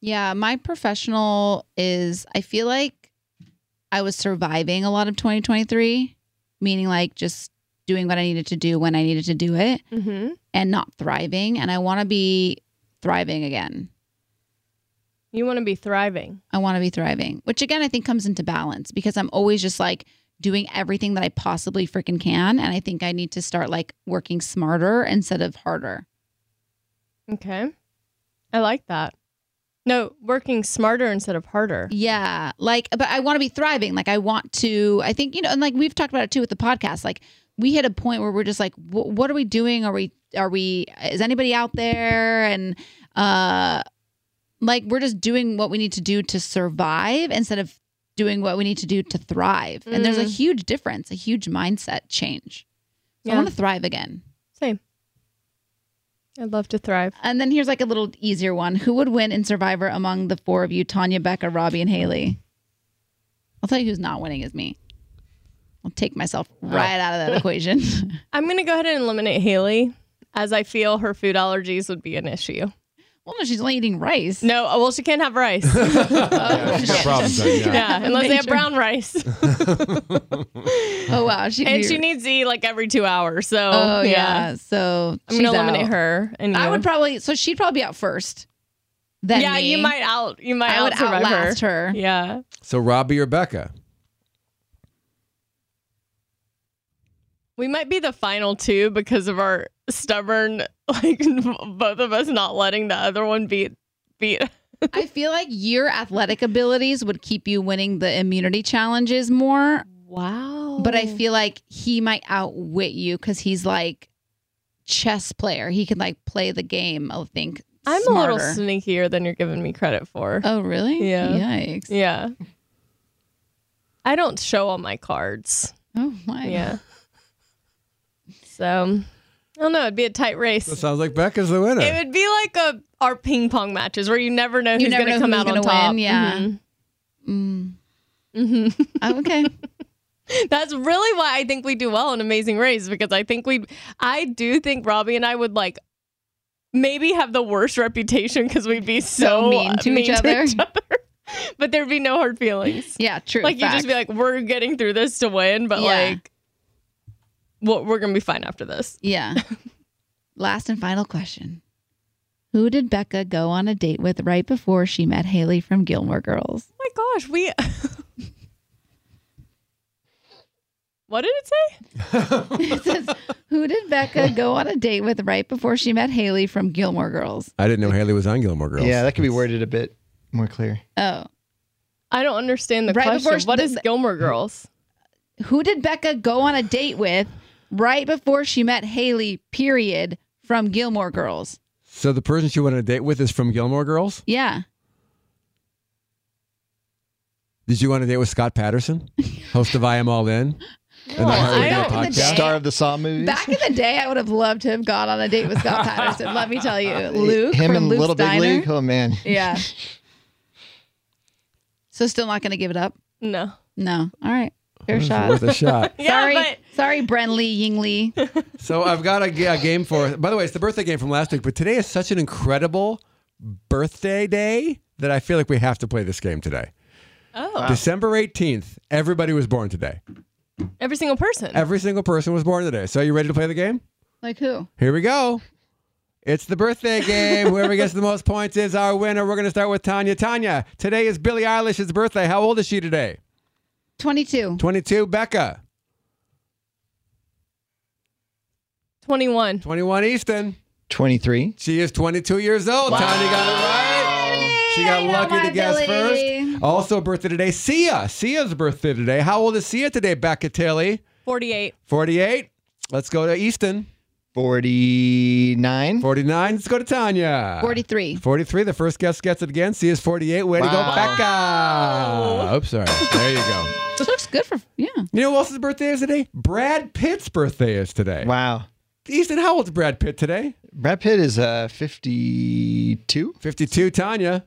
[SPEAKER 1] Yeah, my professional is I feel like I was surviving a lot of 2023, meaning like just doing what I needed to do when I needed to do it
[SPEAKER 2] Mm-hmm.
[SPEAKER 1] and not thriving and I want to be thriving again.
[SPEAKER 2] You want to be thriving.
[SPEAKER 1] I want to be thriving, which again I think comes into balance because I'm always just like doing everything that I possibly freaking can and I think I need to start like working smarter instead of harder.
[SPEAKER 2] Okay. I like that. No, working smarter instead of harder.
[SPEAKER 1] Yeah. Like, but I want to be thriving. Like, I want to, I think, you know, and like we've talked about it too with the podcast. Like, we hit a point where we're just like, "Wh- what are we doing? Are we, are we, is anybody out there? And, uh, like we're just doing what we need to do to survive instead of doing what we need to do to thrive. And there's a
[SPEAKER 2] Mm.
[SPEAKER 1] huge difference, a huge mindset change. So I
[SPEAKER 2] Yeah.
[SPEAKER 1] want to thrive again.
[SPEAKER 2] Same. I'd love to thrive.
[SPEAKER 1] And then here's like a little easier one. Who would win in Survivor among the four of you, Tanya, Becca, Robbie, and Haley? I'll tell you who's not winning is me. I'll take myself right out of that equation.
[SPEAKER 2] I'm going to go ahead and eliminate Haley as I feel her food allergies would be an issue.
[SPEAKER 1] Well, no, she's only eating rice.
[SPEAKER 2] No, oh, well, she can't have rice.
[SPEAKER 5] yeah, she's got problems. Then, yeah.
[SPEAKER 2] yeah, unless they have
[SPEAKER 1] Major.
[SPEAKER 2] brown rice.
[SPEAKER 1] Oh wow, she
[SPEAKER 2] and she needs to eat like every two hours. So,
[SPEAKER 1] Oh yeah.
[SPEAKER 2] yeah.
[SPEAKER 1] So
[SPEAKER 2] I'm going
[SPEAKER 1] she's
[SPEAKER 2] to eliminate
[SPEAKER 1] out.
[SPEAKER 2] her. And
[SPEAKER 1] I
[SPEAKER 2] you.
[SPEAKER 1] would probably. So she'd probably be out first. than
[SPEAKER 2] yeah, you
[SPEAKER 1] me.
[SPEAKER 2] might out. You might
[SPEAKER 1] I would
[SPEAKER 2] out-survive
[SPEAKER 1] outlast her.
[SPEAKER 2] Yeah.
[SPEAKER 5] So Robbie or Becca?
[SPEAKER 2] We might be the final two because of our stubborn, like both of us not letting the other one beat beat.
[SPEAKER 1] I feel like your athletic abilities would keep you winning the immunity challenges more,
[SPEAKER 2] Wow.
[SPEAKER 1] but I feel like he might outwit you because he's like chess player. He can like play the game. I think
[SPEAKER 2] I'm a
[SPEAKER 1] smarter.
[SPEAKER 2] little sneakier than you're giving me credit for.
[SPEAKER 1] Oh really?
[SPEAKER 2] Yeah.
[SPEAKER 1] Yikes.
[SPEAKER 2] yeah. I don't show all my cards.
[SPEAKER 1] Oh my.
[SPEAKER 2] Yeah. So I don't know. It'd be a tight race.
[SPEAKER 5] That sounds like Becca's the winner.
[SPEAKER 2] It would be like a our ping pong matches where you never know
[SPEAKER 1] You
[SPEAKER 2] who's
[SPEAKER 1] never
[SPEAKER 2] going to
[SPEAKER 1] know
[SPEAKER 2] come
[SPEAKER 1] who's
[SPEAKER 2] out
[SPEAKER 1] gonna
[SPEAKER 2] on top.
[SPEAKER 1] win, yeah.
[SPEAKER 2] Mhm.
[SPEAKER 1] Mm.
[SPEAKER 2] Mhm.
[SPEAKER 1] Oh, okay.
[SPEAKER 2] That's really why I think we do well in Amazing Race because I think we, I do think Robbie and I would like maybe have the worst reputation because we'd be so,
[SPEAKER 1] mean to each other.
[SPEAKER 2] other. but there'd be no hard feelings.
[SPEAKER 1] Yeah. True.
[SPEAKER 2] like you
[SPEAKER 1] Facts.
[SPEAKER 2] just be like, we're getting through this to win, but
[SPEAKER 1] Yeah.
[SPEAKER 2] like, what we're gonna be fine after this.
[SPEAKER 1] Yeah. Last and final question. Who did Becca go on a date with right before she met Haley from Gilmore Girls?
[SPEAKER 2] Oh my gosh, we. what did it say?
[SPEAKER 1] It says, Who did Becca go on a date with right before she met Haley from Gilmore Girls?
[SPEAKER 5] I didn't know Haley was on Gilmore Girls.
[SPEAKER 4] Yeah, that could be worded a bit more clear.
[SPEAKER 1] Oh.
[SPEAKER 2] I don't understand the
[SPEAKER 1] Right
[SPEAKER 2] question.
[SPEAKER 1] before she-
[SPEAKER 2] what
[SPEAKER 1] the-
[SPEAKER 2] is Gilmore Girls?
[SPEAKER 1] Who did Becca go on a date with right before she met Haley, period, from Gilmore Girls?
[SPEAKER 5] So the person she went on a date with is from Gilmore Girls.
[SPEAKER 1] Yeah.
[SPEAKER 5] Did you want to date with Scott Patterson, host of I Am All In? And the Howard
[SPEAKER 2] I
[SPEAKER 5] Dean
[SPEAKER 2] don't-
[SPEAKER 1] Back in the
[SPEAKER 5] podcast?
[SPEAKER 1] day-
[SPEAKER 4] Star of the Saw movies.
[SPEAKER 1] Back in the day, I would have loved to have gone on a date with Scott Patterson. Let me tell you. Luke
[SPEAKER 4] him
[SPEAKER 1] from
[SPEAKER 4] and
[SPEAKER 1] Luke's
[SPEAKER 4] Little
[SPEAKER 1] Diner.
[SPEAKER 4] Big League. Oh man,
[SPEAKER 1] Yeah. so still not going to give it up?
[SPEAKER 2] No.
[SPEAKER 1] No. All right. Fair
[SPEAKER 5] It's
[SPEAKER 1] shot.
[SPEAKER 5] Worth a shot.
[SPEAKER 1] Sorry.
[SPEAKER 2] Yeah, but
[SPEAKER 1] Sorry, Bren Lee, Ying Lee.
[SPEAKER 5] So I've got a, g- a game for. By the way, it's the birthday game from last week, but today is such an incredible birthday day that I feel like we have to play this game today.
[SPEAKER 2] Oh.
[SPEAKER 5] December 18th, everybody was born today.
[SPEAKER 2] Every single person.
[SPEAKER 5] Every single person was born today. So are you ready to play the game?
[SPEAKER 1] Like who?
[SPEAKER 5] Here we go. It's the birthday game. Whoever gets the most points is our winner. We're going to start with Tanya. Tanya, today is Billie Eilish's birthday. How old is she today?
[SPEAKER 1] 22.
[SPEAKER 5] 22. Becca,
[SPEAKER 2] 21.
[SPEAKER 5] 21. Easton,
[SPEAKER 4] twenty three.
[SPEAKER 5] she is 22 years old. Tanya got it right. She got
[SPEAKER 1] I know
[SPEAKER 5] lucky
[SPEAKER 1] my
[SPEAKER 5] to guess
[SPEAKER 1] Billie.
[SPEAKER 5] first. Also, birthday today, Sia. Sia's birthday today. How old is Sia today, Becca Tilly?
[SPEAKER 2] 48.
[SPEAKER 5] 48. Let's go to Easton.
[SPEAKER 4] 49.
[SPEAKER 5] 49. Let's go to Tanya.
[SPEAKER 1] 43.
[SPEAKER 5] 43. The first guest gets it again. C is 48. Way to go,
[SPEAKER 4] Wow.
[SPEAKER 5] Becca. Oops, sorry. There you go.
[SPEAKER 1] This looks good for, yeah.
[SPEAKER 4] Oh,
[SPEAKER 5] You know who else's birthday is today? Brad Pitt's birthday is today.
[SPEAKER 4] Wow.
[SPEAKER 5] Easton, how old's Brad Pitt today?
[SPEAKER 4] Brad Pitt is uh 52.
[SPEAKER 5] 52. Tanya.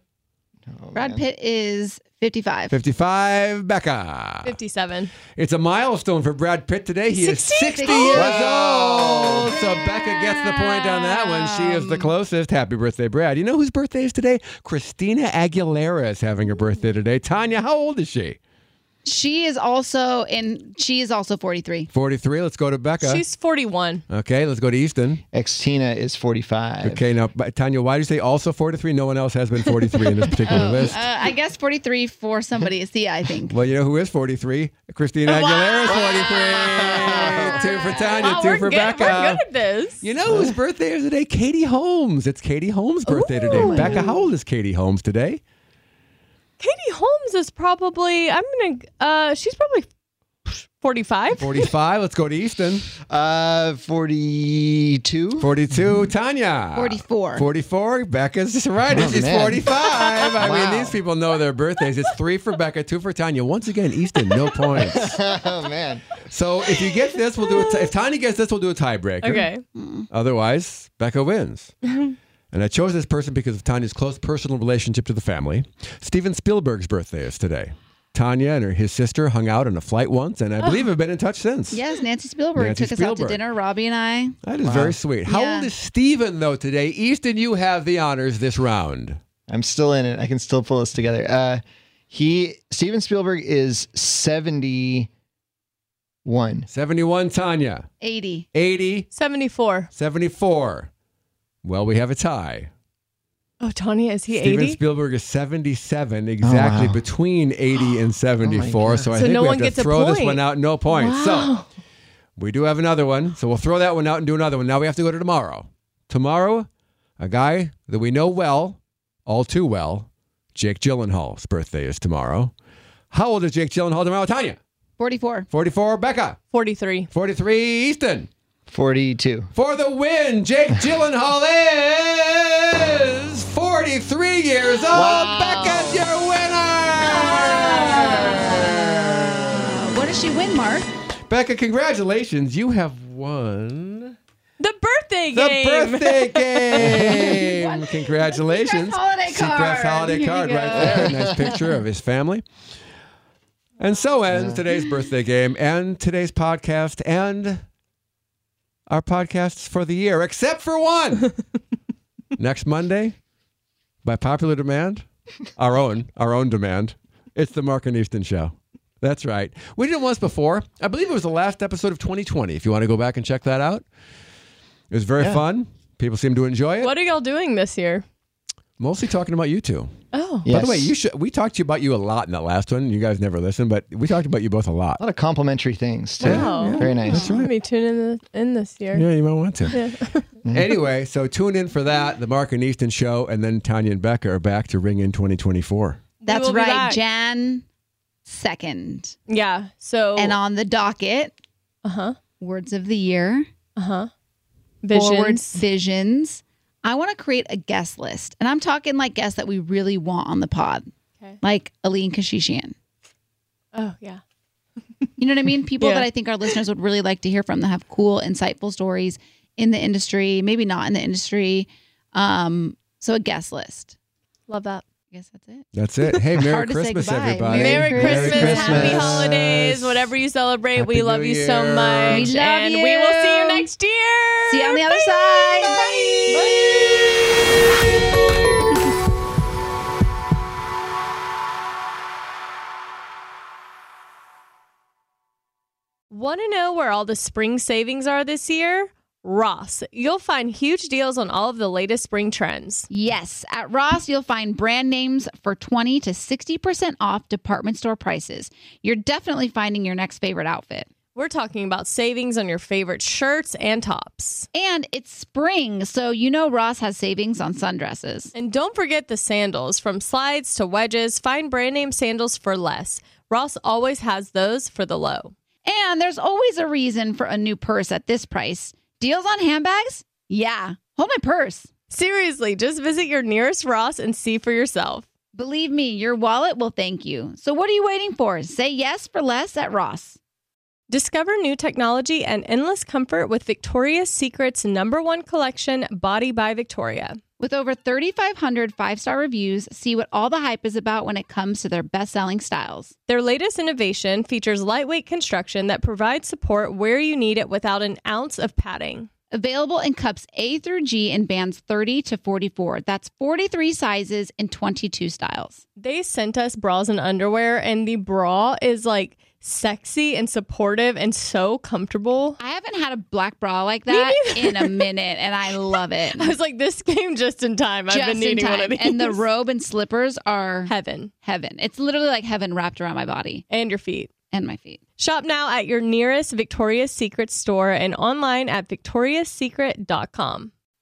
[SPEAKER 4] Oh,
[SPEAKER 1] Brad Pitt is 55.
[SPEAKER 5] 55. Becca.
[SPEAKER 2] 57.
[SPEAKER 5] It's a milestone for Brad Pitt today. He is
[SPEAKER 2] 60?
[SPEAKER 5] 60 years old. So Becca gets the point on that one. She is the closest. Happy birthday, Brad. You know whose birthday is today? Christina Aguilera is having her birthday today. Tanya, how old is she?
[SPEAKER 1] She is also, and she is also 43.
[SPEAKER 5] 43. Let's go to Becca.
[SPEAKER 2] She's 41.
[SPEAKER 5] Okay, let's go to Easton.
[SPEAKER 4] Ex Tina is 45.
[SPEAKER 5] Okay, now but Tanya, why do you say also 43? No one else has been 43 in this particular
[SPEAKER 1] Uh,
[SPEAKER 5] list.
[SPEAKER 1] I guess 43 for somebody is the, I think.
[SPEAKER 5] Well, you know who is 43? Christina Aguilera is 43. Two for Tanya,
[SPEAKER 2] Wow,
[SPEAKER 5] two
[SPEAKER 2] we're
[SPEAKER 5] for
[SPEAKER 2] good.
[SPEAKER 5] Becca.
[SPEAKER 2] We're good at this.
[SPEAKER 5] You know whose birthday is today? Katie Holmes. It's Katie Holmes' birthday today. Becca, how old is Katie Holmes today?
[SPEAKER 2] Katie Holmes is probably, I'm going to, uh, she's probably 45.
[SPEAKER 5] 45. Let's go to Easton.
[SPEAKER 4] Uh 42.
[SPEAKER 5] 42. Tanya.
[SPEAKER 1] 44.
[SPEAKER 5] 44. Becca's just right.
[SPEAKER 4] Oh,
[SPEAKER 5] She's
[SPEAKER 4] man.
[SPEAKER 5] 45. I mean,
[SPEAKER 4] Wow.
[SPEAKER 5] these people know their birthdays. It's three for Becca, two for Tanya. Once again, Easton, no points.
[SPEAKER 4] oh man.
[SPEAKER 5] So if you get this, we'll do it. If Tanya gets this, we'll do a tiebreaker.
[SPEAKER 2] Okay.
[SPEAKER 5] Otherwise, Becca wins. and I chose this person because of Tanya's close personal relationship to the family. Steven Spielberg's birthday is today. Tanya and her, his sister hung out on a flight once,
[SPEAKER 2] Oh.
[SPEAKER 5] and I believe have been in touch since.
[SPEAKER 1] Yes, Nancy Spielberg
[SPEAKER 5] Nancy
[SPEAKER 1] took us out to
[SPEAKER 5] Spielberg.
[SPEAKER 1] dinner, Robbie and I.
[SPEAKER 5] That is very sweet. How
[SPEAKER 1] Yeah.
[SPEAKER 5] old is Steven, though, today? Easton, you have the honors this round.
[SPEAKER 4] I'm still in it. I can still pull this together. Uh he Steven Spielberg is 71.
[SPEAKER 5] 71, Tanya.
[SPEAKER 1] 80.
[SPEAKER 5] 80,
[SPEAKER 2] 74.
[SPEAKER 5] 74. Well, we have a tie.
[SPEAKER 2] Oh, Tanya, is he
[SPEAKER 5] Steven
[SPEAKER 2] 80?
[SPEAKER 5] Spielberg is 77,
[SPEAKER 2] Oh,
[SPEAKER 5] exactly
[SPEAKER 4] wow.
[SPEAKER 5] between 80 and 74. so I
[SPEAKER 2] So
[SPEAKER 5] think
[SPEAKER 2] no
[SPEAKER 5] we
[SPEAKER 2] one
[SPEAKER 5] have
[SPEAKER 2] gets
[SPEAKER 5] to
[SPEAKER 2] a
[SPEAKER 5] throw this
[SPEAKER 2] point.
[SPEAKER 5] one out. No point.
[SPEAKER 2] Wow.
[SPEAKER 5] So we do have another one. So we'll throw that one out and do another one. Now we have to go to tomorrow. Tomorrow, a guy that we know well, all too well, Jake Gyllenhaal's birthday is tomorrow. How old is Jake Gyllenhaal tomorrow? Tanya,
[SPEAKER 1] 44.
[SPEAKER 5] 44. Becca,
[SPEAKER 2] 43.
[SPEAKER 5] 43. Easton,
[SPEAKER 4] 42.
[SPEAKER 5] for the win. Jake Gyllenhaal is 43 years old. Becca's your winner.
[SPEAKER 1] What does she win, Mark?
[SPEAKER 5] Becca, congratulations. You have won
[SPEAKER 2] The birthday
[SPEAKER 5] the
[SPEAKER 2] game.
[SPEAKER 5] birthday game.
[SPEAKER 1] Secret
[SPEAKER 5] congratulations.
[SPEAKER 1] holiday
[SPEAKER 5] Seagrass
[SPEAKER 1] card.
[SPEAKER 5] holiday
[SPEAKER 1] Here you
[SPEAKER 5] card
[SPEAKER 1] go.
[SPEAKER 5] right there. Nice picture of his family. And so ends today's birthday game and today's podcast and our podcasts for the year, except for one. Next Monday, by popular demand, our own, our own demand, it's the Mark and Easton show. That's right. We did it once before. I believe it was the last episode of 2020. If you want to go back and check that out, it was very fun. People seem to enjoy it.
[SPEAKER 2] What are y'all doing this year?
[SPEAKER 5] Mostly talking about you two.
[SPEAKER 2] Oh.
[SPEAKER 4] Yes.
[SPEAKER 5] By the way, you should. We talked to you about you a lot in that last one. You guys never listened, but we talked about you both a lot.
[SPEAKER 4] A lot of complimentary things, too.
[SPEAKER 2] Wow.
[SPEAKER 4] Very nice.
[SPEAKER 5] That's right.
[SPEAKER 2] Let me tune in, th- in this year.
[SPEAKER 5] Yeah, you might want to. anyway, so tune in for that, the Mark and Easton show, and then Tanya and Becca are back to ring in 2024.
[SPEAKER 1] That's
[SPEAKER 2] will be
[SPEAKER 1] right.
[SPEAKER 2] back.
[SPEAKER 1] Jan 2nd.
[SPEAKER 2] Yeah. So,
[SPEAKER 1] And on the docket,
[SPEAKER 2] uh
[SPEAKER 1] Uh-huh.
[SPEAKER 2] huh.
[SPEAKER 1] words of the year,
[SPEAKER 2] Uh huh.
[SPEAKER 1] forward
[SPEAKER 2] Visions.
[SPEAKER 1] visions. I want to create a guest list. And I'm talking like guests that we really want on the pod,
[SPEAKER 2] Okay.
[SPEAKER 1] like Aline Kashishian.
[SPEAKER 2] Oh, yeah.
[SPEAKER 1] You know what I mean? People
[SPEAKER 2] Yeah.
[SPEAKER 1] that I think our listeners would really like to hear from that have cool, insightful stories in the industry, maybe not in the industry. Um, so a guest list.
[SPEAKER 2] Love that.
[SPEAKER 1] I guess that's it.
[SPEAKER 5] That's it. Hey, Merry
[SPEAKER 1] Hard to say
[SPEAKER 5] Christmas,
[SPEAKER 1] goodbye.
[SPEAKER 5] everybody.
[SPEAKER 2] Merry,
[SPEAKER 1] Merry
[SPEAKER 2] Christmas,
[SPEAKER 1] Christmas.
[SPEAKER 2] Happy Holidays, whatever you celebrate.
[SPEAKER 5] Happy
[SPEAKER 2] we love
[SPEAKER 5] New
[SPEAKER 2] you so
[SPEAKER 5] Year.
[SPEAKER 2] much.
[SPEAKER 1] We love
[SPEAKER 2] and we will see
[SPEAKER 1] you.
[SPEAKER 2] you next year.
[SPEAKER 1] See you on the other
[SPEAKER 2] Bye.
[SPEAKER 1] side.
[SPEAKER 2] Want to know where all the spring savings are this year? Ross. You'll find huge deals on all of the latest spring trends.
[SPEAKER 1] Yes, at Ross, you'll find brand names for 20 to 60% off department store prices. You're definitely finding your next favorite outfit.
[SPEAKER 2] We're talking about savings on your favorite shirts and tops.
[SPEAKER 1] And it's spring, so you know Ross has savings on sundresses.
[SPEAKER 2] And don't forget the sandals from slides to wedges. Find brand name sandals for less. Ross always has those for the low.
[SPEAKER 1] And there's always a reason for a new purse at this price. Deals on handbags? Yeah. Hold my purse.
[SPEAKER 2] Seriously, just visit your nearest Ross and see for yourself.
[SPEAKER 1] Believe me, your wallet will thank you. So what are you waiting for? Say yes for less at Ross.
[SPEAKER 2] Discover new technology and endless comfort with Victoria's Secret's number one collection, Body by Victoria.
[SPEAKER 1] With over 3,500 five star reviews, see what all the hype is about when it comes to their best selling styles.
[SPEAKER 2] Their latest innovation features lightweight construction that provides support where you need it without an ounce of padding.
[SPEAKER 1] Available in cups A through G in bands 30 to 44. That's 43 sizes and 22 styles.
[SPEAKER 2] They sent us bras and underwear, and the bra is like sexy and supportive and so comfortable.
[SPEAKER 1] I haven't had a black bra like that in a minute, and I love it.
[SPEAKER 2] I was like, this came just in time. I've
[SPEAKER 1] Just
[SPEAKER 2] been
[SPEAKER 1] in
[SPEAKER 2] needing
[SPEAKER 1] time.
[SPEAKER 2] one of these.
[SPEAKER 1] And the robe and slippers are
[SPEAKER 2] heaven
[SPEAKER 1] heaven. It's literally like heaven wrapped around my body
[SPEAKER 2] and your feet.
[SPEAKER 1] and my feet.
[SPEAKER 2] Shop now at your nearest Victoria's Secret store and online at victoriassecret.com.